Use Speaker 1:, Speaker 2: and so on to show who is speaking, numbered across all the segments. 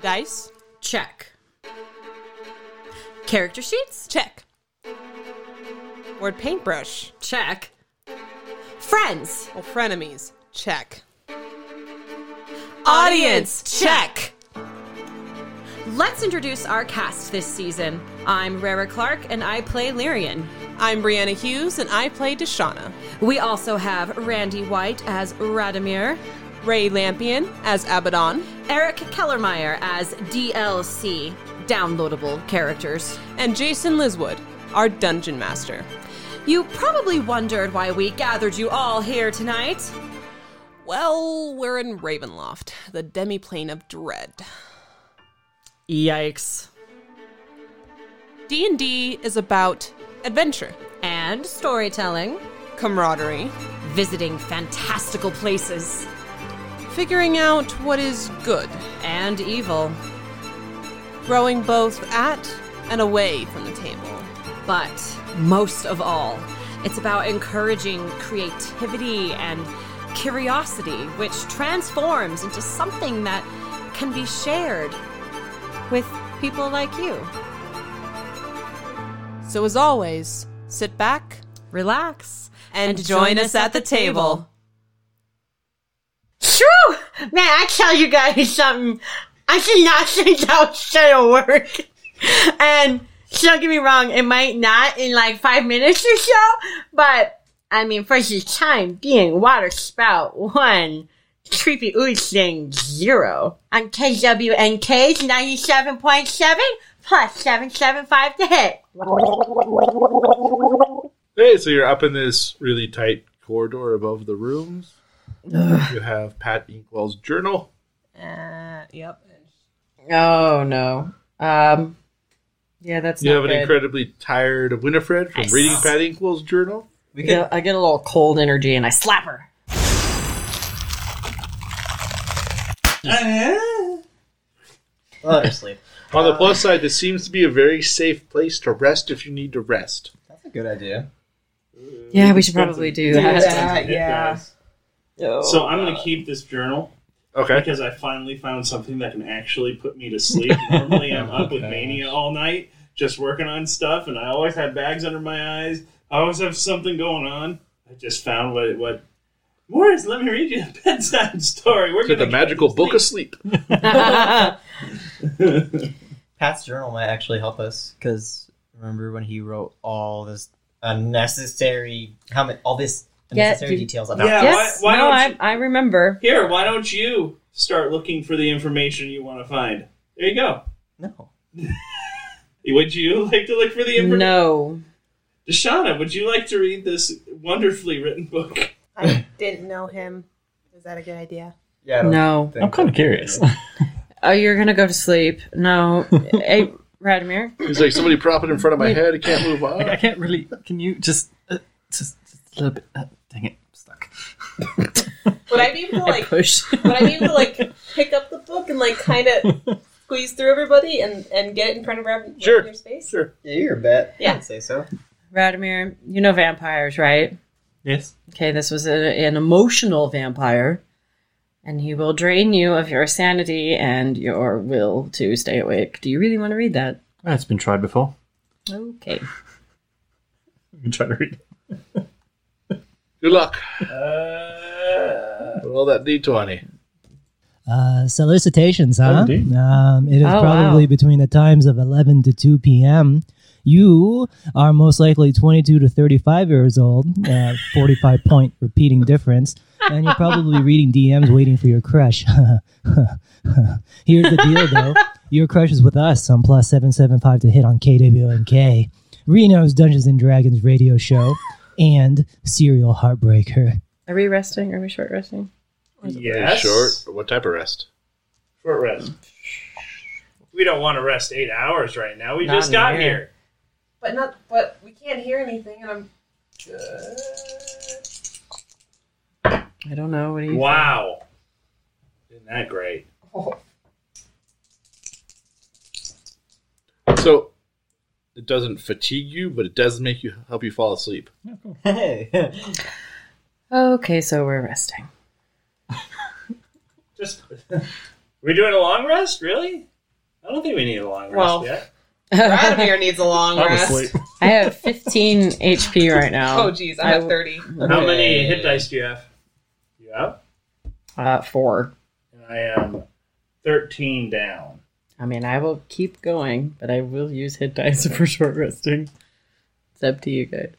Speaker 1: Dice?
Speaker 2: Check. Character sheets?
Speaker 1: Check. Word paintbrush?
Speaker 2: Check. Friends.
Speaker 1: Well, frenemies? Check.
Speaker 2: Audience. Check. Let's introduce our cast this season. I'm Rara Clark and I play Lyrian.
Speaker 1: I'm Brianna Hughes and I play Deshauna.
Speaker 2: We also have Randy White as Radomir,
Speaker 1: Ray Lampion as Abaddon,
Speaker 2: Eric Kellermeyer as DLC, downloadable characters.
Speaker 1: and Jason Liswood, our dungeon master.
Speaker 2: You probably wondered why we gathered you all here tonight.
Speaker 1: Well, we're in Ravenloft, the demiplane of dread.
Speaker 2: Yikes.
Speaker 1: D&D is about adventure,
Speaker 2: And storytelling,
Speaker 1: camaraderie,
Speaker 2: visiting fantastical places,
Speaker 1: figuring out what is good,
Speaker 2: and evil.
Speaker 1: growing both at and away from the table.
Speaker 2: But most of all, it's about encouraging creativity and curiosity, which transforms into something that can be shared with people like you.
Speaker 1: So as always, sit back
Speaker 2: Relax
Speaker 1: and, join us at the table.
Speaker 3: True! Man, I tell you guys something. I did not think that was gonna work. And don't get me wrong, it might not in like five minutes or so, but I mean, for the time being, water spout one, creepy ooze thing zero. On KWNK's 97.7 plus 775 to hit.
Speaker 4: Hey, so you're up in this really tight corridor above the rooms. You have Pat Inkwell's journal.
Speaker 3: Uh, yep. Oh no. Um, yeah, that's
Speaker 4: You
Speaker 3: not
Speaker 4: have an
Speaker 3: good.
Speaker 4: incredibly tired of Winifred from reading Pat Inkwell's journal.
Speaker 3: I get- I get a little cold energy and I slap her.
Speaker 5: Oh, they're asleep.
Speaker 4: On the plus side, this seems to be a very safe place to rest if you need to rest.
Speaker 5: That's a good idea.
Speaker 3: Yeah, we should probably do that.
Speaker 5: yeah.
Speaker 3: Oh,
Speaker 6: So I'm going to keep this journal
Speaker 4: Okay.
Speaker 6: because I finally found something that can actually put me to sleep. Normally I'm up with mania all night just working on stuff, and I always have bags under my eyes. I always have something going on. I just found what what. Morris, let me read you a bedtime story. We're
Speaker 4: To the
Speaker 6: gonna-
Speaker 4: magical book of sleep.
Speaker 5: Pat's journal might actually help us because remember when he wrote all this unnecessary, how many, all this
Speaker 3: Yeah,
Speaker 5: unnecessary
Speaker 3: dude.
Speaker 5: details about
Speaker 6: Yeah,
Speaker 3: Yes,
Speaker 6: why, why
Speaker 3: no,
Speaker 6: don't
Speaker 3: I,
Speaker 6: you,
Speaker 3: I remember.
Speaker 6: here? Why don't you start looking for the information you want to find? There you go.
Speaker 5: no.
Speaker 6: Would you like to look for the information?
Speaker 3: No.
Speaker 6: Deshauna, would you like to read this wonderfully written book?
Speaker 1: I didn't know him. Is that a good idea?
Speaker 5: Yeah, I don't
Speaker 3: No.
Speaker 5: think
Speaker 7: I'm kind of curious.
Speaker 3: Oh, you're going to go to sleep. No. hey, Radomir?
Speaker 4: He's like, somebody prop it in front of my head. I can't move
Speaker 7: Like, I
Speaker 4: on.
Speaker 7: can't really. Can you just, uh, just, just a little bit? Uh, dang it, I'm stuck.
Speaker 1: Would I be able to like
Speaker 3: Push.
Speaker 1: would I be able to like pick up the book and like kind of squeeze through everybody and and get it in front of every,
Speaker 4: Sure.
Speaker 1: your space?
Speaker 4: Sure.
Speaker 5: Yeah, you're a bet.
Speaker 1: Yeah.
Speaker 5: I'd say so.
Speaker 3: Radomir, you know vampires, right?
Speaker 7: Yes.
Speaker 3: Okay, this was a, an emotional vampire, and he will drain you of your sanity and your will to stay awake. Do you really want to read that?
Speaker 7: Well, it's been tried before.
Speaker 3: Okay.
Speaker 7: You can try to read.
Speaker 4: Good luck.
Speaker 3: Uh.
Speaker 4: Roll that d20.
Speaker 8: Uh, solicitations, huh?
Speaker 7: indeed.
Speaker 8: um, it is
Speaker 3: Oh,
Speaker 8: probably
Speaker 3: wow.
Speaker 8: between the times of 11 to 2 p.m. You are most likely 22 to 35 years old, uh, 45 point repeating difference, and you're probably reading DMs waiting for your crush. Here's the deal, though your crush is with us on plus 775 to hit on KWNK, Reno's Dungeons and Dragons radio show, and Serial Heartbreaker.
Speaker 3: Are we resting? Are we short resting?
Speaker 4: Very
Speaker 6: Yes.
Speaker 4: Short. What type of rest?
Speaker 6: Short rest. We don't want to rest eight hours right now. We
Speaker 3: Not
Speaker 6: just got
Speaker 3: in
Speaker 6: here.
Speaker 3: here.
Speaker 1: But not but we can't hear anything and I'm
Speaker 3: I don't know. What do you
Speaker 6: Wow. Isn't that great?
Speaker 4: So it doesn't fatigue you, but it does make you help you fall asleep.
Speaker 5: Hey.
Speaker 3: Okay, so we're resting.
Speaker 6: Just we doing a long rest? Really? I don't think we need a long rest
Speaker 2: Well,
Speaker 6: yet.
Speaker 1: Radomir needs a long
Speaker 7: I was
Speaker 1: rest.
Speaker 7: asleep.
Speaker 2: I have 15 HP right now.
Speaker 1: Oh, geez, I'm at
Speaker 2: I-
Speaker 1: 30.
Speaker 6: How many hit dice do you have? You up?
Speaker 2: Uh, four.
Speaker 6: And I am thirteen down.
Speaker 2: I mean, I will keep going, but I will use hit dice for short resting. It's up to you guys.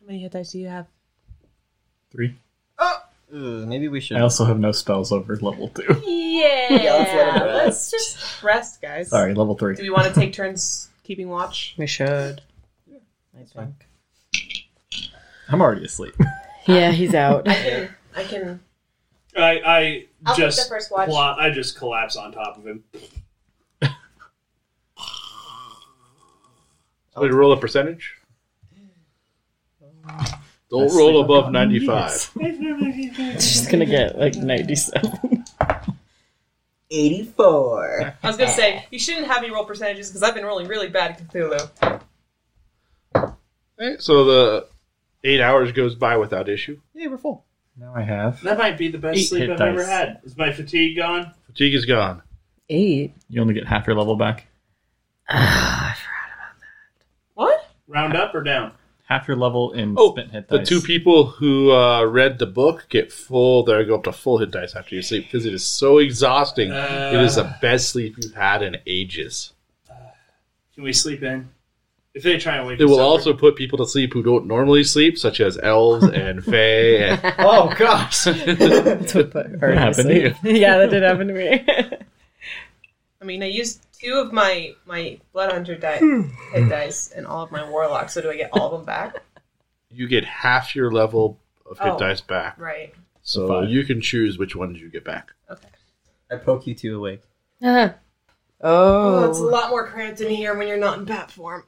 Speaker 8: How many hit dice do you have?
Speaker 7: Three.
Speaker 5: Ugh, maybe we should.
Speaker 7: I also have no spells over level two.
Speaker 1: Yeah. let's just rest, guys.
Speaker 7: Sorry, level three.
Speaker 1: Do we want to take turns keeping watch?
Speaker 2: We should.
Speaker 7: I'm already asleep.
Speaker 2: Yeah, he's out.
Speaker 1: I can. I can.
Speaker 6: I I
Speaker 1: I'll take the
Speaker 6: just
Speaker 1: first watch.
Speaker 6: pla- I just collapse on top of him.
Speaker 4: So we roll a percentage. Don't roll above ninety-five.
Speaker 2: Just gonna get like 97.
Speaker 5: Eighty-four.
Speaker 1: I was gonna say you shouldn't have me roll percentages because I've been rolling really bad at Cthulhu.
Speaker 4: Right, so the eight hours goes by without issue.
Speaker 7: Yeah, we're full. Now I have.
Speaker 6: That might be the best
Speaker 7: Eight
Speaker 6: sleep
Speaker 7: hit
Speaker 6: I've ever
Speaker 7: dice.
Speaker 6: had. Is my fatigue gone?
Speaker 4: Fatigue is gone.
Speaker 2: Eight.
Speaker 7: You only get half your level back.
Speaker 1: What?
Speaker 6: Round up or down?
Speaker 7: Half your level in
Speaker 4: Oh,
Speaker 7: spent hit
Speaker 4: the
Speaker 7: dice.
Speaker 4: two people who uh, read the book get full. They go up to full hit dice after you sleep because it is so exhausting. it is the best sleep you've had in ages.
Speaker 6: Can we sleep in? If they try and wake
Speaker 4: It
Speaker 6: us
Speaker 4: will
Speaker 6: up,
Speaker 4: also put people to sleep who don't normally sleep, such as elves and fae. And
Speaker 5: oh gosh.
Speaker 7: What happened to you?
Speaker 2: yeah, that did happen to me.
Speaker 1: I mean, I used two of my my bloodhunter di- hit dice and all of my warlocks. So do I get all of them back?
Speaker 4: you get half your level of hit
Speaker 1: Oh.
Speaker 4: dice back,
Speaker 1: Right.
Speaker 4: so
Speaker 7: Five.
Speaker 4: you can choose which ones you get back.
Speaker 5: I poke you two awake.
Speaker 1: Oh, it's a
Speaker 2: oh,
Speaker 1: lot more cramped in here when you're not in bat form.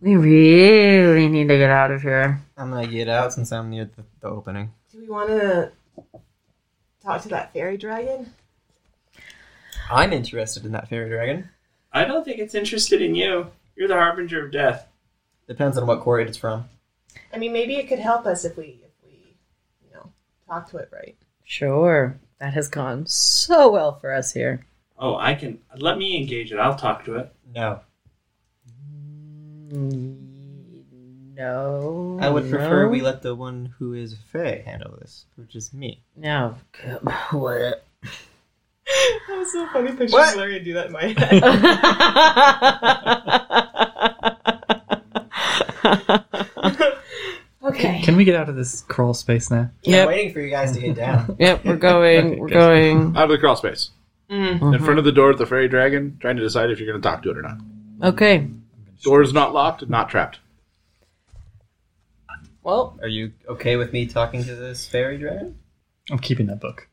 Speaker 2: we really need to get out of here.
Speaker 5: I'm gonna get out since I'm near the, the opening.
Speaker 1: Do we want to talk to that fairy dragon?
Speaker 5: I'm interested in that fairy dragon.
Speaker 6: I don't think it's interested in you. You're the harbinger of death.
Speaker 5: Depends on what quarry it's from.
Speaker 1: I mean, maybe it could help us if we if we you know talk to it right.
Speaker 2: Sure. That has gone so well for us here.
Speaker 6: Oh, I can. Let me engage it. I'll talk to it.
Speaker 5: No,
Speaker 2: Mm, No.
Speaker 5: I would prefer
Speaker 2: no.
Speaker 5: we let the one who is Faye handle this, which is me.
Speaker 2: No. What?
Speaker 1: That was so funny picturing
Speaker 5: What?
Speaker 1: Larry do that in my head. okay.
Speaker 7: Can we get out of this crawl space now?
Speaker 5: I'm
Speaker 2: yep.
Speaker 5: waiting for you guys to get down.
Speaker 2: Yep. We're going. We're
Speaker 7: good.
Speaker 2: going.
Speaker 4: Out of the crawl space, in front of the door of the fairy dragon, trying to decide if you're going to talk to it or not.
Speaker 2: Okay.
Speaker 4: Door is not locked, not trapped.
Speaker 2: Well,
Speaker 5: Are you okay with me talking to this fairy dragon?
Speaker 7: I'm keeping that book.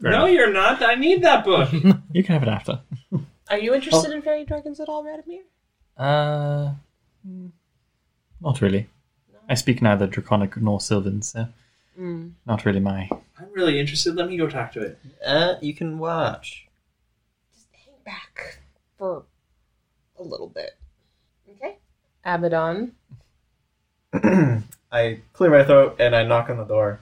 Speaker 4: Fair
Speaker 6: no,
Speaker 4: enough.
Speaker 6: you're not. I need that book.
Speaker 7: You can have it after.
Speaker 1: Are
Speaker 7: Oh.
Speaker 1: you interested in fairy dragons at all, Radomir?
Speaker 7: Uh, not really. I speak neither Draconic nor Sylvan, so
Speaker 1: Mm.
Speaker 7: not really my.
Speaker 6: I'm really interested. Let me go talk to it.
Speaker 5: Uh, you can watch.
Speaker 1: Hang back for a little bit. Okay. Abaddon.
Speaker 5: I clear my throat and I knock on the door.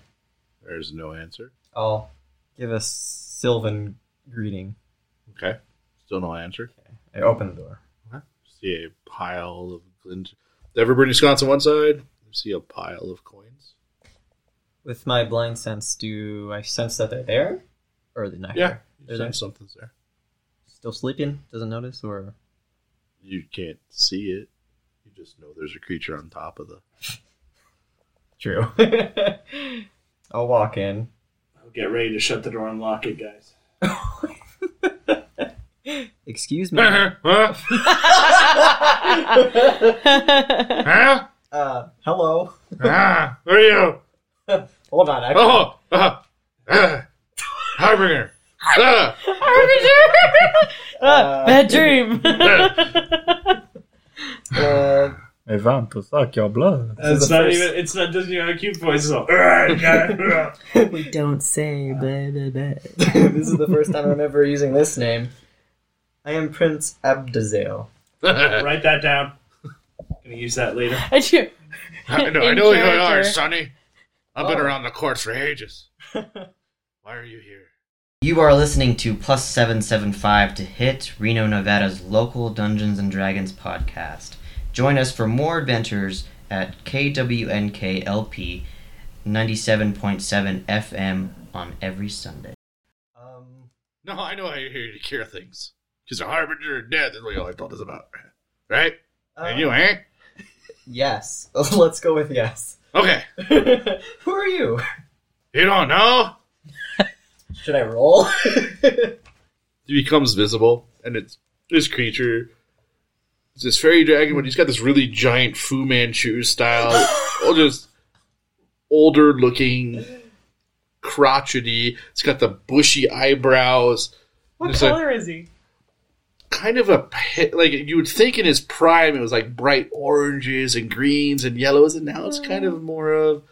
Speaker 4: There's no answer.
Speaker 5: I'll give a Sylvan greeting.
Speaker 4: Okay, still no answer.
Speaker 5: I open the door.
Speaker 4: See a pile of glint. Everybody sconce on one side. You see a pile of coins.
Speaker 5: With my blind sense, do I sense that they're there? Or they're not
Speaker 4: Yeah,
Speaker 5: there?
Speaker 4: you
Speaker 5: They're
Speaker 4: sense
Speaker 5: there.
Speaker 4: something's there.
Speaker 5: Still sleeping? Doesn't notice? Or
Speaker 4: You can't see it. You just know there's a creature on top of the.
Speaker 5: True. I'll walk in.
Speaker 6: I'll get ready to shut the door and lock it, guys.
Speaker 5: Excuse me.
Speaker 4: huh? huh?
Speaker 5: uh, hello.
Speaker 4: Ah, who are you?
Speaker 5: Hold on. I,
Speaker 4: Oh, uh, uh, Harbinger. Uh,
Speaker 2: bad dream.
Speaker 4: uh,
Speaker 5: uh,
Speaker 7: I want to suck your blood.
Speaker 6: It's
Speaker 5: Oh, is the
Speaker 6: not
Speaker 5: first-
Speaker 6: even. It's not. Doesn't even have a cute voice. It's all, "Argh, yeah,
Speaker 2: we don't say blah blah blah.
Speaker 5: this is the first time I'm ever using this name. I am Prince Abdazel.
Speaker 4: Uh,
Speaker 6: argh." Write that down. Gonna use that later.
Speaker 2: I do.
Speaker 4: I know, I
Speaker 2: In
Speaker 4: know who you are,
Speaker 2: character.
Speaker 4: Sonny. I've been
Speaker 5: Oh.
Speaker 4: around the court for ages. Why are you here?
Speaker 9: You are listening to Plus 775 to Hit, Reno, Nevada's local Dungeons and Dragons podcast. Join us for more adventures at KWNKLP 97.7 FM on every Sunday. Um,
Speaker 4: No, I know how you're here to cure things. Because a harbinger of death is what all I told us about. Right?
Speaker 2: Uh,
Speaker 4: and you ain't?
Speaker 9: Yes. Let's go with yes.
Speaker 4: Okay.
Speaker 9: Who are you?
Speaker 4: You don't know?
Speaker 9: Should I roll?
Speaker 4: He becomes visible, and it's this creature. It's this fairy dragon, but he's got this really giant Fu Manchu style, all just older looking, crotchety. It's got the bushy eyebrows.
Speaker 1: What
Speaker 4: It's like-
Speaker 1: color is he?
Speaker 4: kind of a pa- like you would think in his prime it was like bright oranges and greens and yellows and now it's
Speaker 1: Oh.
Speaker 4: kind of more of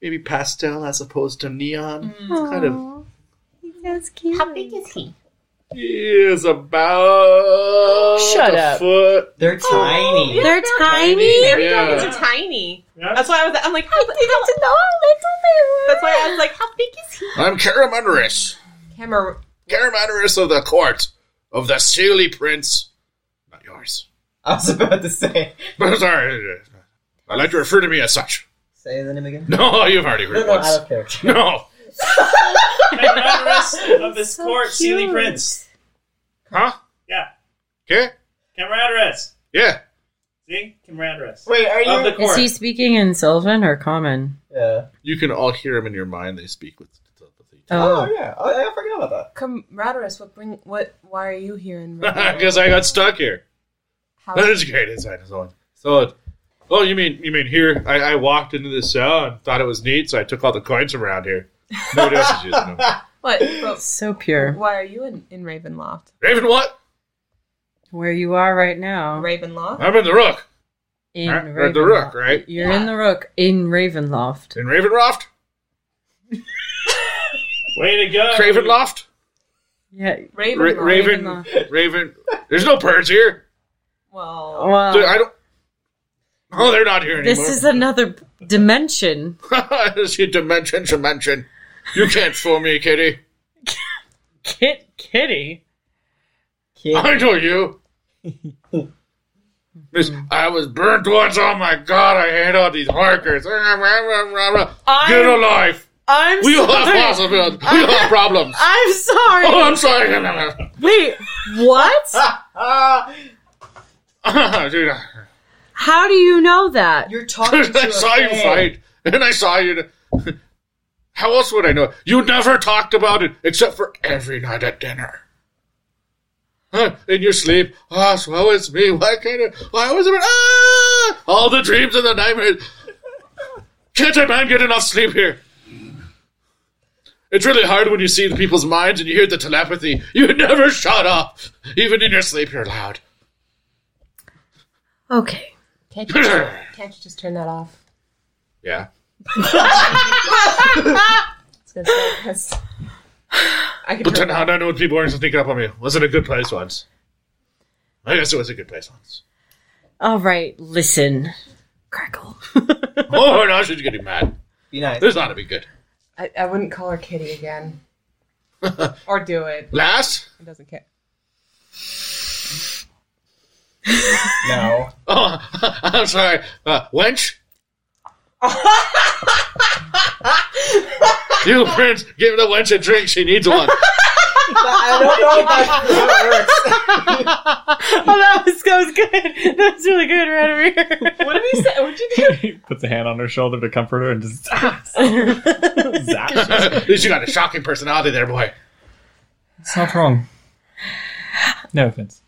Speaker 4: maybe pastel as opposed to neon
Speaker 2: Mm.
Speaker 4: it's kind of
Speaker 1: How big is he?
Speaker 4: he is about
Speaker 2: Shut
Speaker 4: a
Speaker 2: up.
Speaker 4: foot
Speaker 9: They're tiny.
Speaker 1: yeah.
Speaker 3: They're tiny.
Speaker 1: Fairy
Speaker 4: Yeah.
Speaker 1: dragons are tiny.
Speaker 6: Yeah.
Speaker 1: That's why I was. I'm like, how, how, That's why I was like, how big is he?
Speaker 4: i'm Karamunderus.
Speaker 1: Camera.
Speaker 4: Karamunderus of the court of the Sealy prince not yours
Speaker 9: I was about to say.
Speaker 4: but sorry i like to refer to me as such
Speaker 9: Say the name again.
Speaker 4: no you've already heard
Speaker 9: No, no,
Speaker 4: it
Speaker 9: out
Speaker 4: once
Speaker 9: of character.
Speaker 4: no
Speaker 6: Camaraderie of this court, Sealy Prince.
Speaker 4: huh
Speaker 6: Yeah.
Speaker 4: okay
Speaker 6: Camaraderie.
Speaker 4: yeah
Speaker 6: See? Camaraderie.
Speaker 9: Wait, are
Speaker 6: Of the
Speaker 2: Is
Speaker 6: court.
Speaker 2: he speaking in Sylvan or Common?
Speaker 9: Yeah.
Speaker 4: you can all hear him in your mind they speak with telepathy
Speaker 2: Oh,
Speaker 9: yeah. I, I forgot about that.
Speaker 1: Camaraderie. What bring? What? Why are you here in?
Speaker 4: Because I got stuck here.
Speaker 1: How-
Speaker 4: That is great insight. So, so, oh, you mean you mean here? I, I walked into this cell and thought it was neat, so I took all the coins from around here. Nobody else is using them.
Speaker 1: What? But
Speaker 2: so pure.
Speaker 1: why are you in, in Ravenloft?
Speaker 4: Raven, what?
Speaker 2: Where you are right now
Speaker 1: Ravenloft.
Speaker 4: I'm in the Rook.
Speaker 2: in
Speaker 4: Huh? Or the
Speaker 2: Ravenloft.
Speaker 4: Rook, right?
Speaker 2: You're in the Rook in Ravenloft.
Speaker 4: In Ravenloft.
Speaker 6: Way to go.
Speaker 4: Cravenloft.
Speaker 2: Yeah.
Speaker 4: Ra-
Speaker 1: Ravenloft.
Speaker 4: Raven. Raven. There's no birds here.
Speaker 1: Well,
Speaker 2: Well,
Speaker 4: I don't. Oh, they're not here anymore.
Speaker 2: this is another dimension.
Speaker 4: This is dimension, dimension. You can't fool me, kitty.
Speaker 2: Kit Kitty.
Speaker 4: I know you. Miss, I was burnt once. Oh my god, I hate all these harkers. Get a life.
Speaker 2: I'm
Speaker 4: We all have
Speaker 2: sorry.
Speaker 4: possibilities. We all have problems.
Speaker 2: I'm sorry.
Speaker 4: Oh, I'm sorry.
Speaker 2: Wait, what?
Speaker 4: Dude,
Speaker 2: How do you know that?
Speaker 9: You're talking to
Speaker 4: I saw
Speaker 9: a
Speaker 4: you
Speaker 9: fan.
Speaker 4: fight, and I saw you. How else would I know? You never talked about it except for every night at dinner. Huh, In your sleep, ah, so it's me. Why can't I? Why was it? Ah, all the dreams and the nightmares. Can't a man get enough sleep here? It's really hard when you see the people's minds and you hear the telepathy. You never shut up. Even in your sleep, you're loud.
Speaker 2: Okay.
Speaker 1: can't you, can't you just turn that off?
Speaker 4: Yeah.
Speaker 1: It's gonna start us. I can.
Speaker 4: But then how do I know what people are sneaking up on me? Was it a good place once? I guess it was a good place once.
Speaker 2: All right, listen. Crackle.
Speaker 4: Oh, now she's getting mad.
Speaker 9: Be nice.
Speaker 4: This ought to be good.
Speaker 1: I, I wouldn't call her Kitty again. or do it.
Speaker 4: Last?
Speaker 1: It doesn't care.
Speaker 9: No.
Speaker 4: Oh, I'm sorry. Uh, wench? you prince, give the wench a drink. She needs one.
Speaker 9: I don't know if that works.
Speaker 2: Oh, that was, that was good. That was really good right over here.
Speaker 1: What did we say? What'd you do?
Speaker 7: He puts a hand on her shoulder to comfort her and just zaps.
Speaker 4: At least you got a shocking personality there, boy.
Speaker 7: It's not wrong. No offense.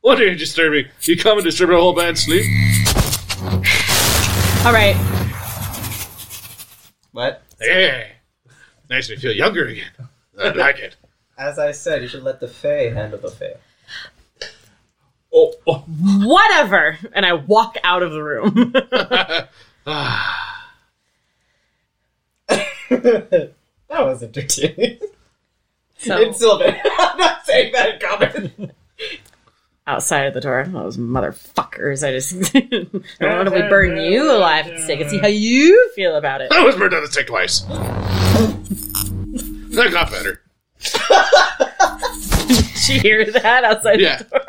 Speaker 4: What are you disturbing? You come and disturb a whole band's sleep?
Speaker 2: All right.
Speaker 9: What?
Speaker 4: Hey. Makes me feel younger again. I like it.
Speaker 9: As I said, you should let the Fae handle the Fae.
Speaker 4: Oh, oh.
Speaker 2: Whatever. And I walk out of the room.
Speaker 9: that was entertaining.
Speaker 2: So
Speaker 9: It's Sylvan. I'm not saying that in common.
Speaker 2: outside of the door, those motherfuckers. I just why don't we burn you alive at the stake and see how you feel about it?
Speaker 4: I was burned on the stick twice. That got better.
Speaker 2: Did you hear that outside
Speaker 4: Yeah.
Speaker 2: the door?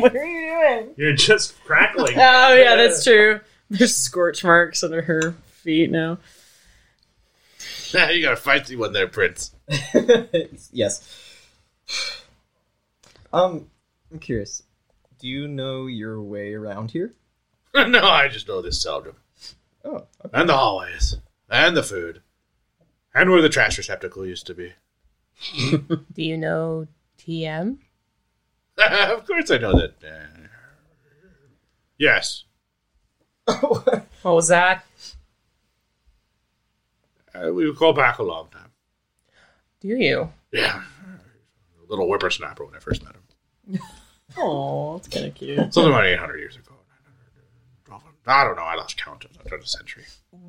Speaker 2: what are you doing?
Speaker 6: You're just crackling.
Speaker 2: Oh yeah, that's true. There's scorch marks under her feet now.
Speaker 4: you got a feisty one there, Prince.
Speaker 5: yes. Um, I'm curious. Do you know your way around here?
Speaker 4: no, I just know this seldom.
Speaker 5: Oh, okay.
Speaker 4: And the hallways. And the food. And where the trash receptacle used to be.
Speaker 1: Do you know TM?
Speaker 4: of course I know that. Uh, yes.
Speaker 1: What was that?
Speaker 4: Uh, we go back a long time.
Speaker 1: Do you?
Speaker 4: Yeah. A little whippersnapper when I first met him.
Speaker 2: Oh, that's kind of cute.
Speaker 4: Something about 800 years ago. 900, I don't know. I lost count of the century.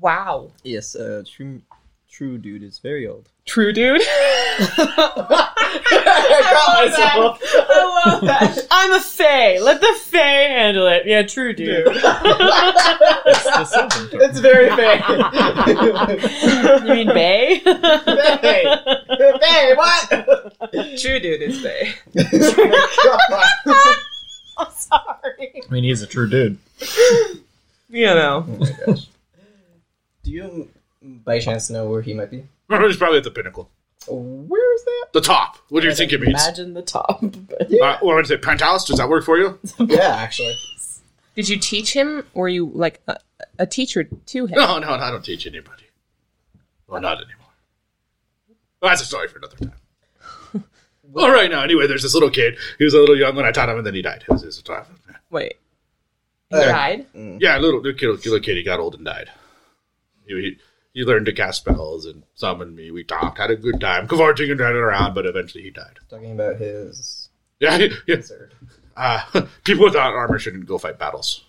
Speaker 1: Wow.
Speaker 5: Yes, uh, true, true dude is very old.
Speaker 2: True, dude.
Speaker 1: I love that.
Speaker 2: I'm a fae. Let the fae handle it. Yeah, true, dude.
Speaker 5: That's very bad.
Speaker 2: you mean bay?
Speaker 5: hey, hey, what?
Speaker 1: True dude is they.
Speaker 7: I mean, he's a true dude.
Speaker 1: You know.
Speaker 5: Do you, by chance, know where he might be?
Speaker 4: He's probably at the pinnacle.
Speaker 5: Where is that?
Speaker 4: The top. What do you think it means?
Speaker 2: Imagine the top.
Speaker 4: Uh, what would I say? Penthouse? Does that work for you?
Speaker 5: Yeah, actually.
Speaker 1: Did you teach him? Were you like a, a teacher to him?
Speaker 4: No, no, no, I don't teach anybody. Well, not anymore. Well, that's a story for another time. Well, right now, anyway, there's this little kid. He was a little young when I taught him, and then he died. It was his time.
Speaker 1: Wait. He
Speaker 5: Uh,
Speaker 1: died?
Speaker 4: Yeah, little, little kid, little kid. He got old and died. He, he, he learned to cast spells and summoned me. We talked, had a good time, cavorting and running around, but eventually he died.
Speaker 5: Talking about his
Speaker 4: Yeah, he- he-
Speaker 5: lizard.
Speaker 4: uh, people without armor shouldn't go fight battles,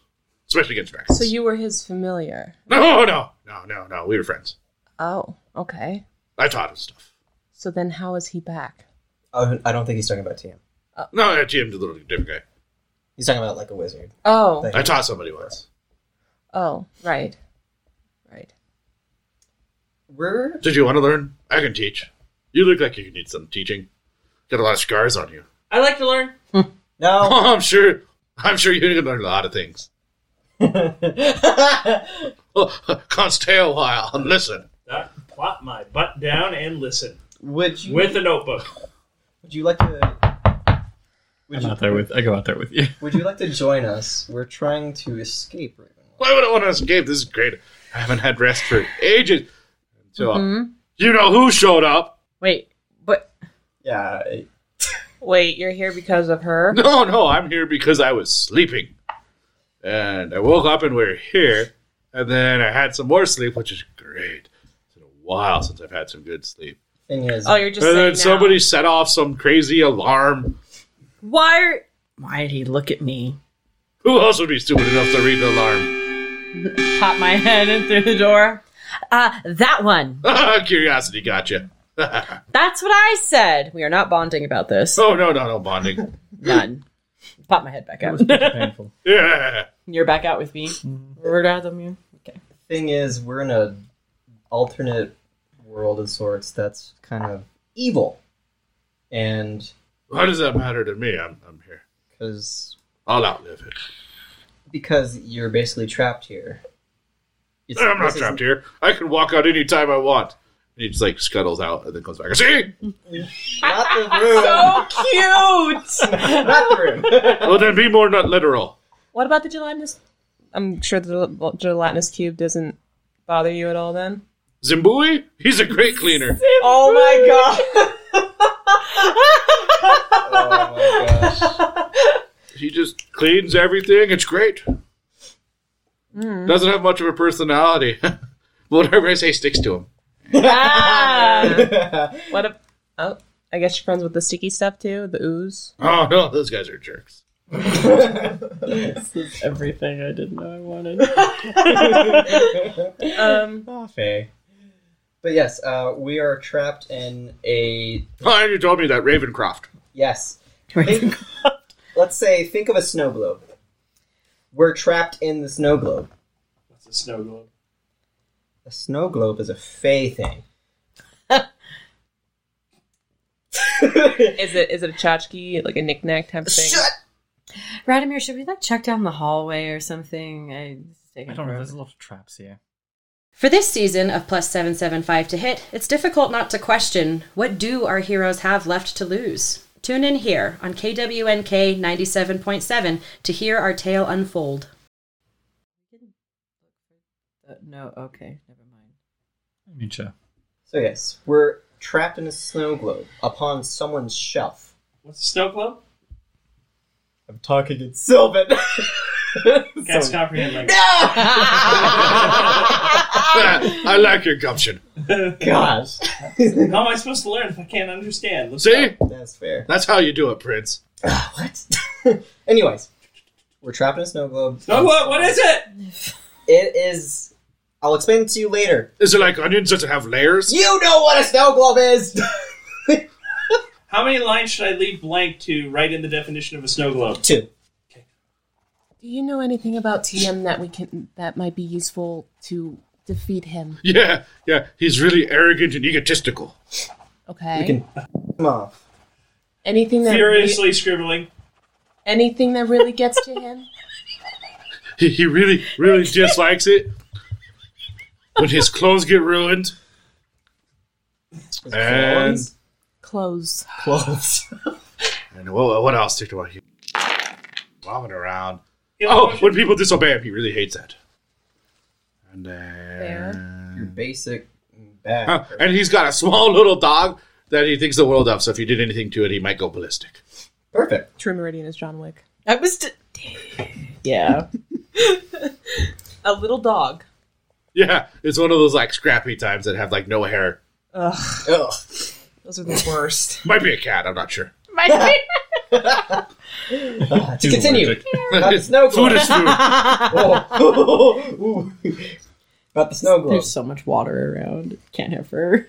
Speaker 4: especially against dragons.
Speaker 1: So you were his familiar.
Speaker 4: No, no, no, no, no. We were friends.
Speaker 1: Oh, okay.
Speaker 4: I taught him stuff.
Speaker 1: So then how is he back?
Speaker 5: Oh, I don't think he's talking about TM.
Speaker 4: No, I GM'd a little different guy.
Speaker 5: He's talking about like a wizard.
Speaker 1: Oh,
Speaker 5: Like,
Speaker 4: I taught somebody once.
Speaker 1: oh, right. Right.
Speaker 5: We're
Speaker 4: Did you want to learn? I can teach. You look like you need some teaching. Got a lot of scars on you.
Speaker 3: I like to learn.
Speaker 5: no.
Speaker 4: Oh, I'm sure. I'm sure you're gonna learn a lot of things. Oh, Can't stay a while and listen.
Speaker 6: Uh, plop my butt down and listen
Speaker 5: would you?
Speaker 6: with a notebook.
Speaker 5: Would you like to? Would
Speaker 7: I'm
Speaker 5: you,
Speaker 7: out there with. I go out there with you.
Speaker 5: would you like to join us? We're trying to escape Ravenloft.
Speaker 4: Why would I want to escape? This is great. I haven't had rest for ages. Until you know who showed up.
Speaker 2: Wait, but
Speaker 5: Yeah, I-
Speaker 1: Wait, you're here because of her?
Speaker 4: No, no, I'm here because I was sleeping, and I woke up and we are here, and then I had some more sleep, which is great. It's been a while since I've had some good sleep.
Speaker 5: thing is,
Speaker 1: Oh, you're just
Speaker 4: and
Speaker 1: saying
Speaker 4: then
Speaker 1: now.
Speaker 4: somebody set off some crazy alarm.
Speaker 2: why? Are, why did he look at me?
Speaker 4: Who else would be stupid enough to read the alarm?
Speaker 2: Pop my head in through the door. Uh, that one.
Speaker 4: Curiosity gotcha.
Speaker 2: That's what I said. We are not bonding about this.
Speaker 4: Oh no, no, no bonding.
Speaker 2: None. Pop my head back out.
Speaker 7: Painful.
Speaker 4: Yeah.
Speaker 2: You're back out with me. We're out of you.
Speaker 5: thing is, we're in a alternate world of sorts that's kind of evil, and
Speaker 4: Why does that matter to me? I'm, I'm here.
Speaker 5: because
Speaker 4: I'll outlive it.
Speaker 5: because you're basically trapped here. It's,
Speaker 4: I'm not
Speaker 5: this is-
Speaker 4: trapped here. I can walk out any time I want. And he just like scuttles out and then comes back. See?
Speaker 5: Not the room.
Speaker 2: Cute.
Speaker 5: not the room.
Speaker 4: Well, then be more not literal.
Speaker 1: What about the gelatinous? I'm sure the gel- gelatinous cube doesn't bother you at all then?
Speaker 4: Zimbui? He's a great cleaner.
Speaker 1: Oh my god.
Speaker 5: oh my gosh.
Speaker 4: He just cleans everything. It's great.
Speaker 1: Hmm.
Speaker 4: Doesn't have much of a personality. Whatever I say sticks to him.
Speaker 1: Ah. What a. Oh, I guess you're friends with the sticky stuff too? The ooze?
Speaker 4: Oh no, those guys are jerks.
Speaker 2: Everything I didn't know I wanted.
Speaker 1: Um,
Speaker 5: Oh, Faye. But yes, uh, we are trapped in a
Speaker 4: Oh, and you told me that Ravencroft.
Speaker 5: yes. Think, let's say, think of a snow globe. We're trapped in the snow globe.
Speaker 6: What's a snow globe?
Speaker 5: a snow globe is a fey thing.
Speaker 1: Is it is it a tchotchke, like a knickknack type of thing?
Speaker 2: Radimir, should we like check down the hallway or something? I, it's taking
Speaker 7: I don't know.
Speaker 2: forever.
Speaker 7: There's a lot of traps here.
Speaker 10: For this season of plus 775 to hit, it's difficult not to question what do our heroes have left to lose? Tune in here on KWNK 97.7 to hear our tale unfold.
Speaker 2: Uh, no, okay, never mind.
Speaker 7: I mean, sure.
Speaker 5: So yes, we're trapped in a snow globe upon someone's shelf.
Speaker 6: What's a snow globe?
Speaker 5: I'm talking in Sylvan.
Speaker 6: Cats comprehend language.
Speaker 1: Ah.
Speaker 4: I like your gumption.
Speaker 5: Gosh,
Speaker 6: How am I supposed to learn if I can't understand? Let's
Speaker 4: See?
Speaker 5: that's fair.
Speaker 4: That's how you do it, Prince.
Speaker 5: Ah, what? Anyways, we're trapped in a snow globe.
Speaker 6: go. No, what? What is it?
Speaker 5: It is. I'll explain it to you later.
Speaker 4: Is it like onions that have layers?
Speaker 5: You know what a snow globe is.
Speaker 6: How many lines should I leave blank to write in the definition of a snow globe?
Speaker 5: Two.
Speaker 11: Do you know anything about TM that we can that might be useful to defeat him?
Speaker 4: Yeah, yeah. He's really arrogant and egotistical.
Speaker 11: Okay.
Speaker 5: can- Come off.
Speaker 11: anything that
Speaker 6: Furiously scribbling.
Speaker 11: re- anything that really gets to him.
Speaker 4: He, he really, really dislikes it when his clothes get ruined. And,
Speaker 11: Clothes.
Speaker 5: Clothes.
Speaker 4: and what, what else did I hear? Bobbing around.
Speaker 6: Healing
Speaker 4: Oh,
Speaker 6: potion?
Speaker 4: when people disobey him, he really hates that. And
Speaker 5: Your
Speaker 4: then,
Speaker 5: basic bag.
Speaker 4: Oh, and he's got a small little dog that he thinks the world of. So if you did anything to it, he might go ballistic.
Speaker 5: Perfect.
Speaker 11: True Meridian is John Wick.
Speaker 2: I was. d- yeah.
Speaker 1: A little dog.
Speaker 4: Yeah, it's one of those like scrappy times that have like no hair.
Speaker 5: Ugh.
Speaker 1: Those are the worst.
Speaker 4: Might be a cat. I'm not sure.
Speaker 5: Ah, to continue. Not the snow globe.
Speaker 4: food is food.
Speaker 5: Oh. Ooh. About the snow globe.
Speaker 2: There's so much water around. Can't have fur.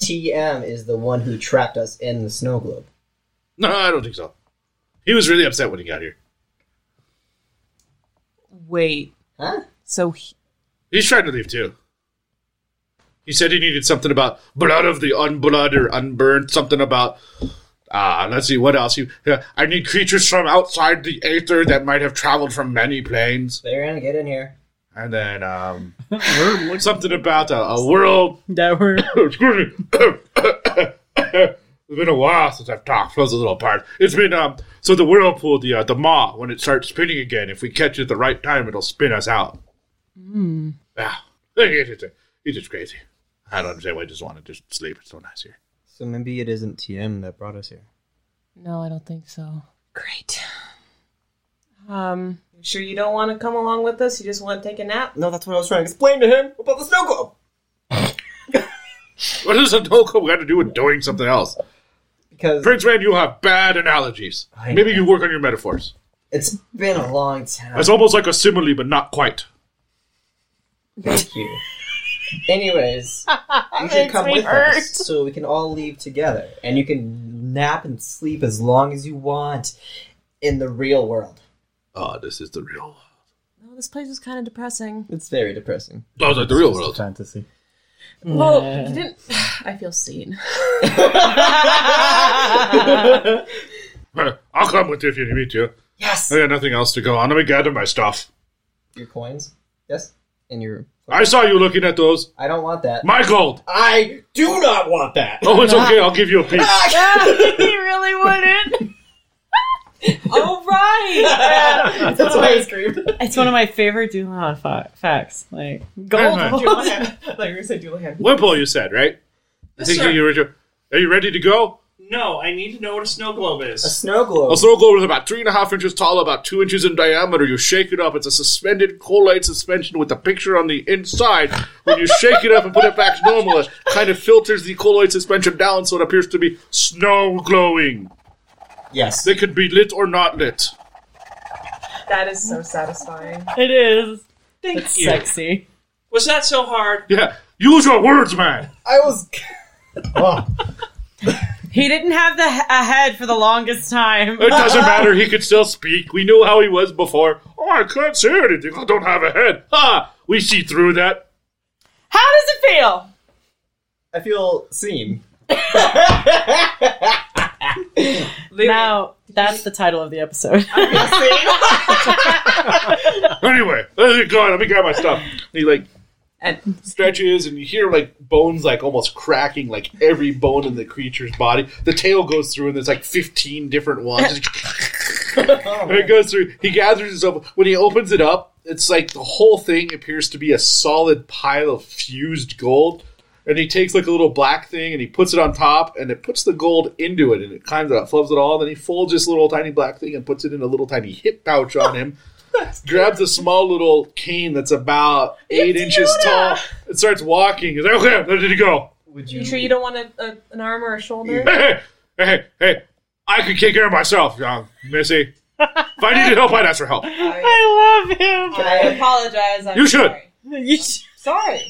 Speaker 5: TM is the one who trapped us in the snow globe.
Speaker 4: No, I don't think so. He was really upset when he got here.
Speaker 11: Wait.
Speaker 5: Huh?
Speaker 11: So he-
Speaker 4: He's trying to leave too. He said he needed something about blood of the unblood or unburned, something about. Ah, let's see what else. He, yeah, I need creatures from outside the aether that might have traveled from many planes,
Speaker 5: They're gonna get in here.
Speaker 4: and then um, something about a, a world.
Speaker 2: That were.
Speaker 4: Excuse me. it's been a while since I've talked. Those are little parts. It's been um. So the whirlpool, the uh, the maw, when it starts spinning again, if we catch it at the right time, it'll spin us out. Yeah, it's just, it's just crazy. I don't understand why I just want to just sleep. It's so nice here.
Speaker 5: So maybe it isn't TM that brought us here.
Speaker 11: no, I don't think so. Great. Um.
Speaker 1: You sure you don't want to come along with us? You just want to take a nap?
Speaker 5: No, that's what I was trying to explain to him about the snow globe.
Speaker 4: What does a doco got to do with doing something else?
Speaker 5: Because
Speaker 4: Prince Man, you have bad analogies.
Speaker 5: I
Speaker 4: Maybe
Speaker 5: know.
Speaker 4: you work on your metaphors.
Speaker 5: it's been a long time.
Speaker 4: It's almost like a simile, but not quite.
Speaker 5: Thank you. Anyways, you should come with us so we can all leave together, and you can nap and sleep as long as you want in the real world.
Speaker 4: Oh, this is the real world.
Speaker 11: No, this place is kind of depressing.
Speaker 5: It's very depressing.
Speaker 4: Oh, it's like the real
Speaker 7: It's
Speaker 4: world.
Speaker 7: fantasy.
Speaker 11: Well, you didn't. I feel seen.
Speaker 4: I'll come with you if you need me to.
Speaker 5: Yes.
Speaker 4: I got nothing else to go on. Let me gather my stuff.
Speaker 5: Your coins. Yes. And your.
Speaker 4: I saw you looking at those.
Speaker 5: I don't want that.
Speaker 4: My gold.
Speaker 5: I do not want that.
Speaker 4: Oh, it's okay. I'll give you a piece.
Speaker 2: he really wouldn't.
Speaker 1: All Oh, right.
Speaker 5: That's why I screamed.
Speaker 2: It's one of my favorite Dulon fa- facts. Like
Speaker 4: Very
Speaker 2: gold.
Speaker 1: like we said, Doulahan.
Speaker 4: Wimple, you said, right? I think
Speaker 6: sir.
Speaker 4: you were. Are you ready to go?
Speaker 6: No, I need to know what a snow globe
Speaker 5: A
Speaker 6: is.
Speaker 5: snow globe.
Speaker 4: A snow globe is about three and a half inches tall, about two inches in diameter. You shake it up. It's a suspended colite suspension with a picture on the inside. When you shake it up and put it back to normal, it kind of filters the colloid suspension down so it appears to be snow glowing.
Speaker 5: yes.
Speaker 4: They could be lit or not lit.
Speaker 1: That is so satisfying.
Speaker 2: It is.
Speaker 6: Thank
Speaker 2: It's
Speaker 6: you.
Speaker 2: sexy.
Speaker 6: Was that so hard?
Speaker 4: Yeah. Use your words, man.
Speaker 5: I was. oh,
Speaker 2: He didn't have the he- a head for the longest time.
Speaker 4: It doesn't matter. He could still speak. We knew how he was before. Oh, I can't say anything. I don't have a head. Ha! We see through that.
Speaker 2: How does it feel?
Speaker 5: I feel seen.
Speaker 2: Now that's the title of the episode.
Speaker 4: Anyway, let me go. Let me grab my stuff. He like stretches, and you hear like bones like almost cracking, like every bone in the creature's body. The tail goes through, and there's like 15 different ones. and it goes through. He gathers his up. When he opens it up, it's like the whole thing appears to be a solid pile of fused gold. And he takes like a little black thing and he puts it on top and it puts the gold into it and it climbs out, flubs it all. Then he folds this little tiny black thing and puts it in a little tiny hip pouch on him grabs a small little cane that's about eight inches tall and starts walking. He's like, okay, where did he go?
Speaker 5: Would
Speaker 1: You sure you don't want a, a, an arm or a shoulder?
Speaker 4: Hey, hey, hey, hey, I can take care of myself, young Missy. If I needed help, I'd ask for help.
Speaker 2: I love him.
Speaker 1: I apologize. I'm
Speaker 4: You should.
Speaker 1: Sorry.
Speaker 2: You sh-
Speaker 1: sorry.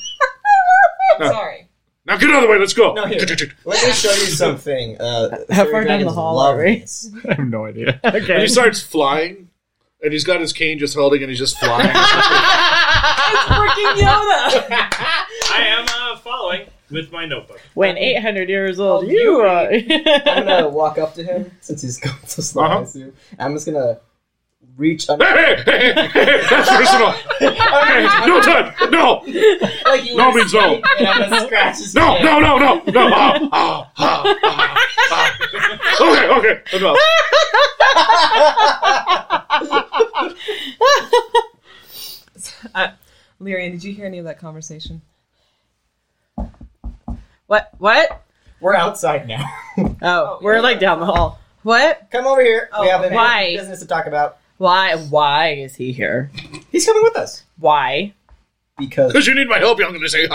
Speaker 1: I'm sorry.
Speaker 4: Now get out of the way, let's go.
Speaker 5: No, here. Let me show you something. Uh,
Speaker 2: How far
Speaker 5: fairy
Speaker 2: down the
Speaker 5: dragons
Speaker 2: hall
Speaker 5: love
Speaker 2: are we?
Speaker 5: this.
Speaker 7: I have no idea.
Speaker 4: And he
Speaker 2: okay.
Speaker 4: starts flying. And he's got his cane just holding, and he's just flying.
Speaker 1: Freaking Yoda.
Speaker 6: I am uh, following with my notebook.
Speaker 2: When 800 years old, you are.
Speaker 5: I'm gonna walk up to him since he's going so slow. I
Speaker 4: Uh-huh.
Speaker 5: assume. I'm just gonna reach under.
Speaker 4: hey, hey, hey, hey, that's personal. Hey, no, Ted, no,
Speaker 5: like you
Speaker 4: no
Speaker 5: were
Speaker 4: means no.
Speaker 5: And I'm gonna scratch his
Speaker 4: No,
Speaker 5: head.
Speaker 4: no, no, no, no. Ah, ah, ah, ah, ah. Okay, okay, enough.
Speaker 1: Lyrian, did you hear any of that conversation?
Speaker 2: What? What?
Speaker 5: We're outside now.
Speaker 2: Oh, we're like down the hall. What?
Speaker 5: Come over here. we have
Speaker 1: okay.
Speaker 5: important
Speaker 2: Why?
Speaker 5: business to talk about.
Speaker 2: Why? Why is he here?
Speaker 5: He's coming with us
Speaker 2: Why?
Speaker 5: because
Speaker 4: Because you need my help, young Missy.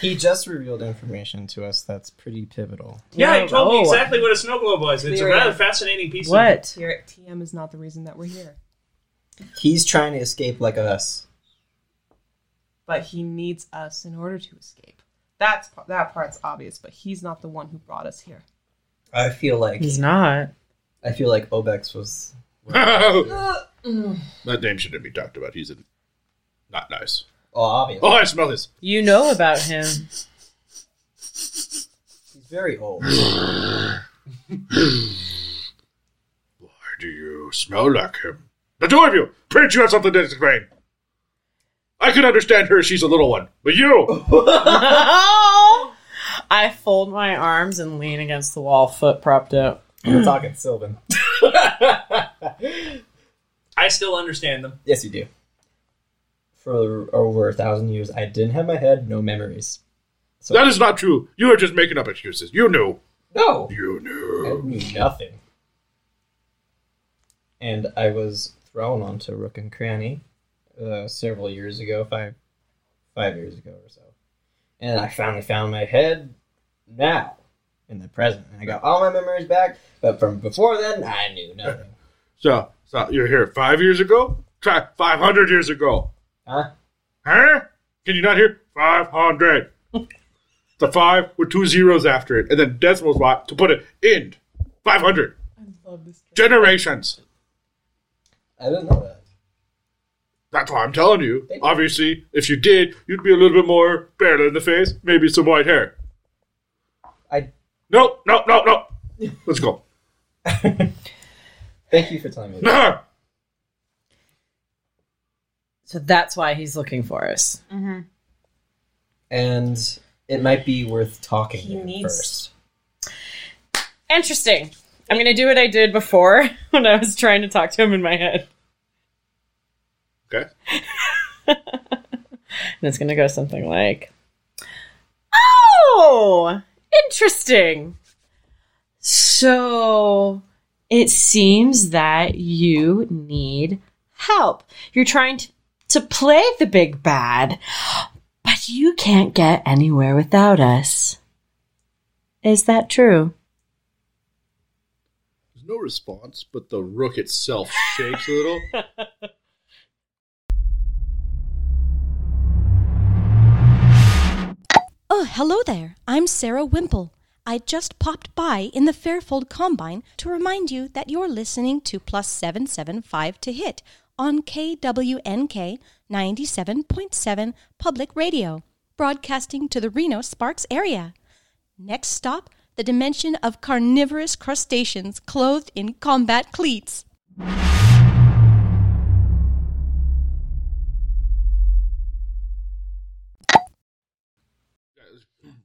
Speaker 5: he just revealed information to us that's pretty pivotal.
Speaker 6: Yeah, he told me
Speaker 2: Oh.
Speaker 6: exactly what a snow globe was. It's a
Speaker 1: Lyria.
Speaker 6: rather fascinating piece of
Speaker 2: What?
Speaker 1: Here at TM is not the reason that we're here,
Speaker 5: He's trying to escape like us.
Speaker 1: but he needs us in order to escape. That's that part's obvious, but he's not the one who brought us here.
Speaker 5: I feel like
Speaker 2: He's not.
Speaker 5: I feel like Obex was
Speaker 4: that name shouldn't be talked about. He's a, not nice.
Speaker 5: well, obvious.
Speaker 4: Oh, I smell this.
Speaker 2: You know about him.
Speaker 5: He's very old.
Speaker 4: Why do you smell like him? The two of you, Prince, you have something to explain. I can understand her; she's a little one, but you,
Speaker 2: Oh! I fold my arms and lean against the wall, foot propped up.
Speaker 5: We're talking Sylvan.
Speaker 6: it. I still understand them.
Speaker 5: Yes, you do. For over a thousand years, I didn't have my head, no memories.
Speaker 4: that is not true. You are just making up excuses. You knew.
Speaker 5: No,
Speaker 4: You
Speaker 5: I
Speaker 4: knew.
Speaker 5: knew nothing. And I was thrown onto Rook and Cranny uh, several years ago, five five years ago or so. And I finally found my head now in the present, and I got all my memories back. But from before then, I knew nothing.
Speaker 4: So, so you're here five years ago. Try five hundred years ago.
Speaker 5: Huh?
Speaker 4: Huh? Can you not hear? 500. the five with two zeros after it, and then decimal spot to put it in. 500. Generations.
Speaker 5: I didn't know that.
Speaker 4: That's why I'm telling you.
Speaker 5: Thank you.
Speaker 4: Obviously, if you did, you'd be a little bit more pale in the face, maybe some white hair.
Speaker 5: I
Speaker 4: No, no, no, no. Let's go.
Speaker 5: thank you for telling me. That.
Speaker 4: Nah.
Speaker 2: So that's why he's looking for us.
Speaker 5: And it might be worth talking
Speaker 1: He
Speaker 5: to him
Speaker 1: needs-
Speaker 5: first.
Speaker 2: Interesting. I'm going to do what I did before when I was trying to talk to him in my head.
Speaker 4: Okay.
Speaker 2: And it's going to go something like Oh, interesting. So it seems that you need help. You're trying to, to play the big bad, but you can't get anywhere without us. Is that true?
Speaker 4: There's no response, but the rook itself shakes a little.
Speaker 12: Oh, hello there. I'm Sarah Wimple. I just popped by in the Fairfold Combine to remind you that you're listening to Plus 775 to Hit on KWNK 97.7 public radio, broadcasting to the Reno Sparks area. Next stop, the dimension of carnivorous crustaceans clothed in combat cleats.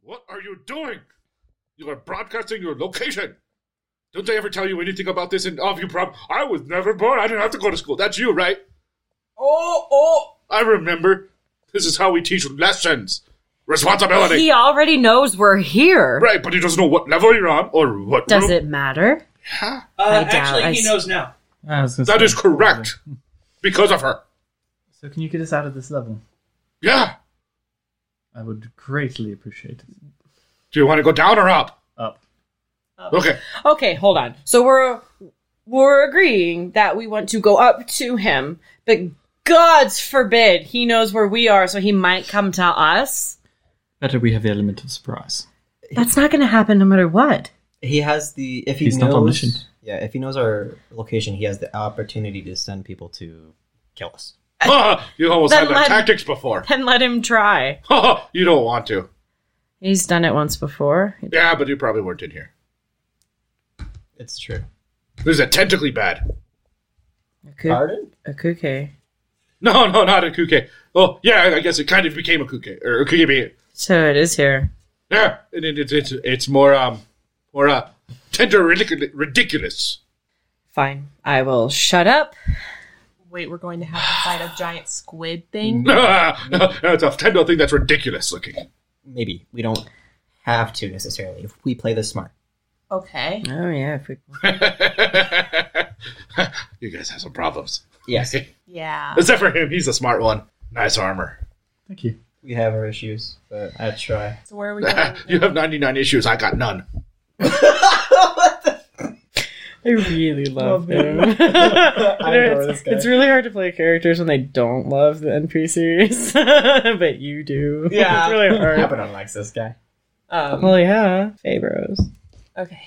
Speaker 4: What are you doing? You are broadcasting your location. Don't they ever tell you anything about this in Off You Prom? I was never born. I didn't have to go to school. That's you, right?
Speaker 1: Oh, oh.
Speaker 4: I remember. This is how we teach lessons. Responsibility.
Speaker 2: He already knows we're here.
Speaker 4: Right, but he doesn't know what level you're on or what.
Speaker 2: Does
Speaker 4: room.
Speaker 2: it matter?
Speaker 4: Yeah.
Speaker 2: I
Speaker 6: Uh,
Speaker 2: doubt
Speaker 6: actually,
Speaker 2: I
Speaker 6: he
Speaker 2: s-
Speaker 6: knows now.
Speaker 4: That is correct. Because of her.
Speaker 7: So can you get us out of this level?
Speaker 4: Yeah.
Speaker 7: I would greatly appreciate it.
Speaker 4: Do you want to go down or up?
Speaker 7: Up.
Speaker 2: Oh.
Speaker 4: Okay.
Speaker 2: Okay, hold on. So we're we're agreeing that we want to go up to him, but God's forbid he knows where we are, so he might come to us.
Speaker 7: Better we have the element of surprise.
Speaker 2: That's not going to happen no matter what.
Speaker 5: He has the if he
Speaker 7: He's not
Speaker 5: knows.
Speaker 7: omniscient.
Speaker 5: yeah, if he knows our location, he has the opportunity to send people to kill us.
Speaker 4: Ah, you almost had
Speaker 2: Then
Speaker 4: that
Speaker 2: let-
Speaker 4: tactics before.
Speaker 2: Then let him try.
Speaker 4: you don't want to.
Speaker 2: He's done it once before.
Speaker 4: Yeah, but you probably weren't in here.
Speaker 5: It's true.
Speaker 4: This is a tentacly bad.
Speaker 5: Pardon?
Speaker 2: A kuke.
Speaker 4: No, no, not a kuke. Oh, yeah, I guess it kind of became a kuke or a kuke.
Speaker 2: So it is here.
Speaker 4: Yeah, and it, it, it's it's more um more uh tender ridicu- ridiculous.
Speaker 2: Fine. I will shut up.
Speaker 1: Wait, we're going to have to fight a giant squid thing?
Speaker 4: it's a tender thing that's ridiculous looking.
Speaker 5: Maybe we don't have to necessarily if we play this smart.
Speaker 1: Okay.
Speaker 2: Oh yeah, if we
Speaker 4: You guys have some problems.
Speaker 5: Yes,
Speaker 1: Yeah.
Speaker 4: Except for him, he's a smart one. Nice armor.
Speaker 7: Thank you.
Speaker 5: we have our issues, but I try.
Speaker 1: So where are we going?
Speaker 4: You have ninety nine issues. I got none.
Speaker 2: I really love him.
Speaker 5: adore this
Speaker 2: it's,
Speaker 5: guy.
Speaker 2: it's really hard to play characters when they don't love the NPCs, but you do.
Speaker 5: Yeah.
Speaker 2: it's really
Speaker 5: Yeah,
Speaker 2: hard.
Speaker 5: but unlike this guy.
Speaker 1: Um,
Speaker 2: Well, yeah, Fabros.
Speaker 1: okay.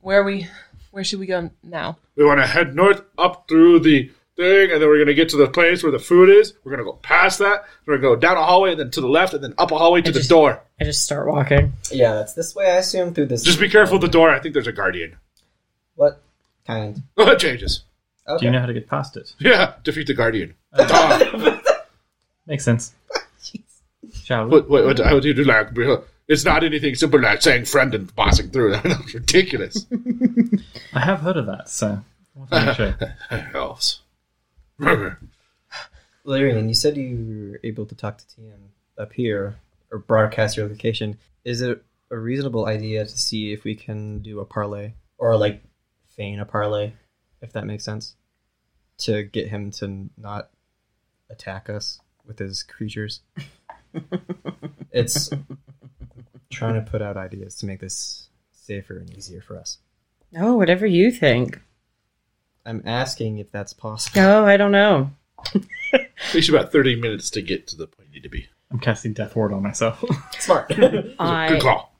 Speaker 1: Where are we? Where should we go now?
Speaker 4: We want to head north up through the thing, and then we're going to get to the place where the food is. We're going to go past that. We're going to go down a hallway, and then to the left, and then up a hallway to the door.
Speaker 2: I just start walking.
Speaker 5: Yeah, that's this way. I assume through this.
Speaker 4: Just be careful of the door. I think there's a guardian.
Speaker 5: What kind?
Speaker 4: it changes.
Speaker 5: Okay.
Speaker 7: Do you know how to get past it?
Speaker 4: Yeah, defeat the guardian. Ah,
Speaker 7: Makes sense. Shall we?
Speaker 4: What, what, what, how do you do like? It's not anything simple like saying friend and passing through. That's ridiculous.
Speaker 7: I have heard of that, so. What a show.
Speaker 4: Elves.
Speaker 5: Lyrian, you said you were able to talk to TM up here or broadcast your location. Is it a reasonable idea to see if we can do a parlay or like feign a parlay, if that makes sense, to get him to not attack us with his creatures? it's trying to put out ideas to make this safer and easier for us.
Speaker 2: Oh, whatever you think.
Speaker 5: I'm asking if that's possible.
Speaker 2: Oh, I don't know.
Speaker 4: Takes you about 30 minutes to get to the point you need to be.
Speaker 7: I'm casting Death Ward on myself.
Speaker 5: Smart.
Speaker 4: Good
Speaker 2: I
Speaker 4: call.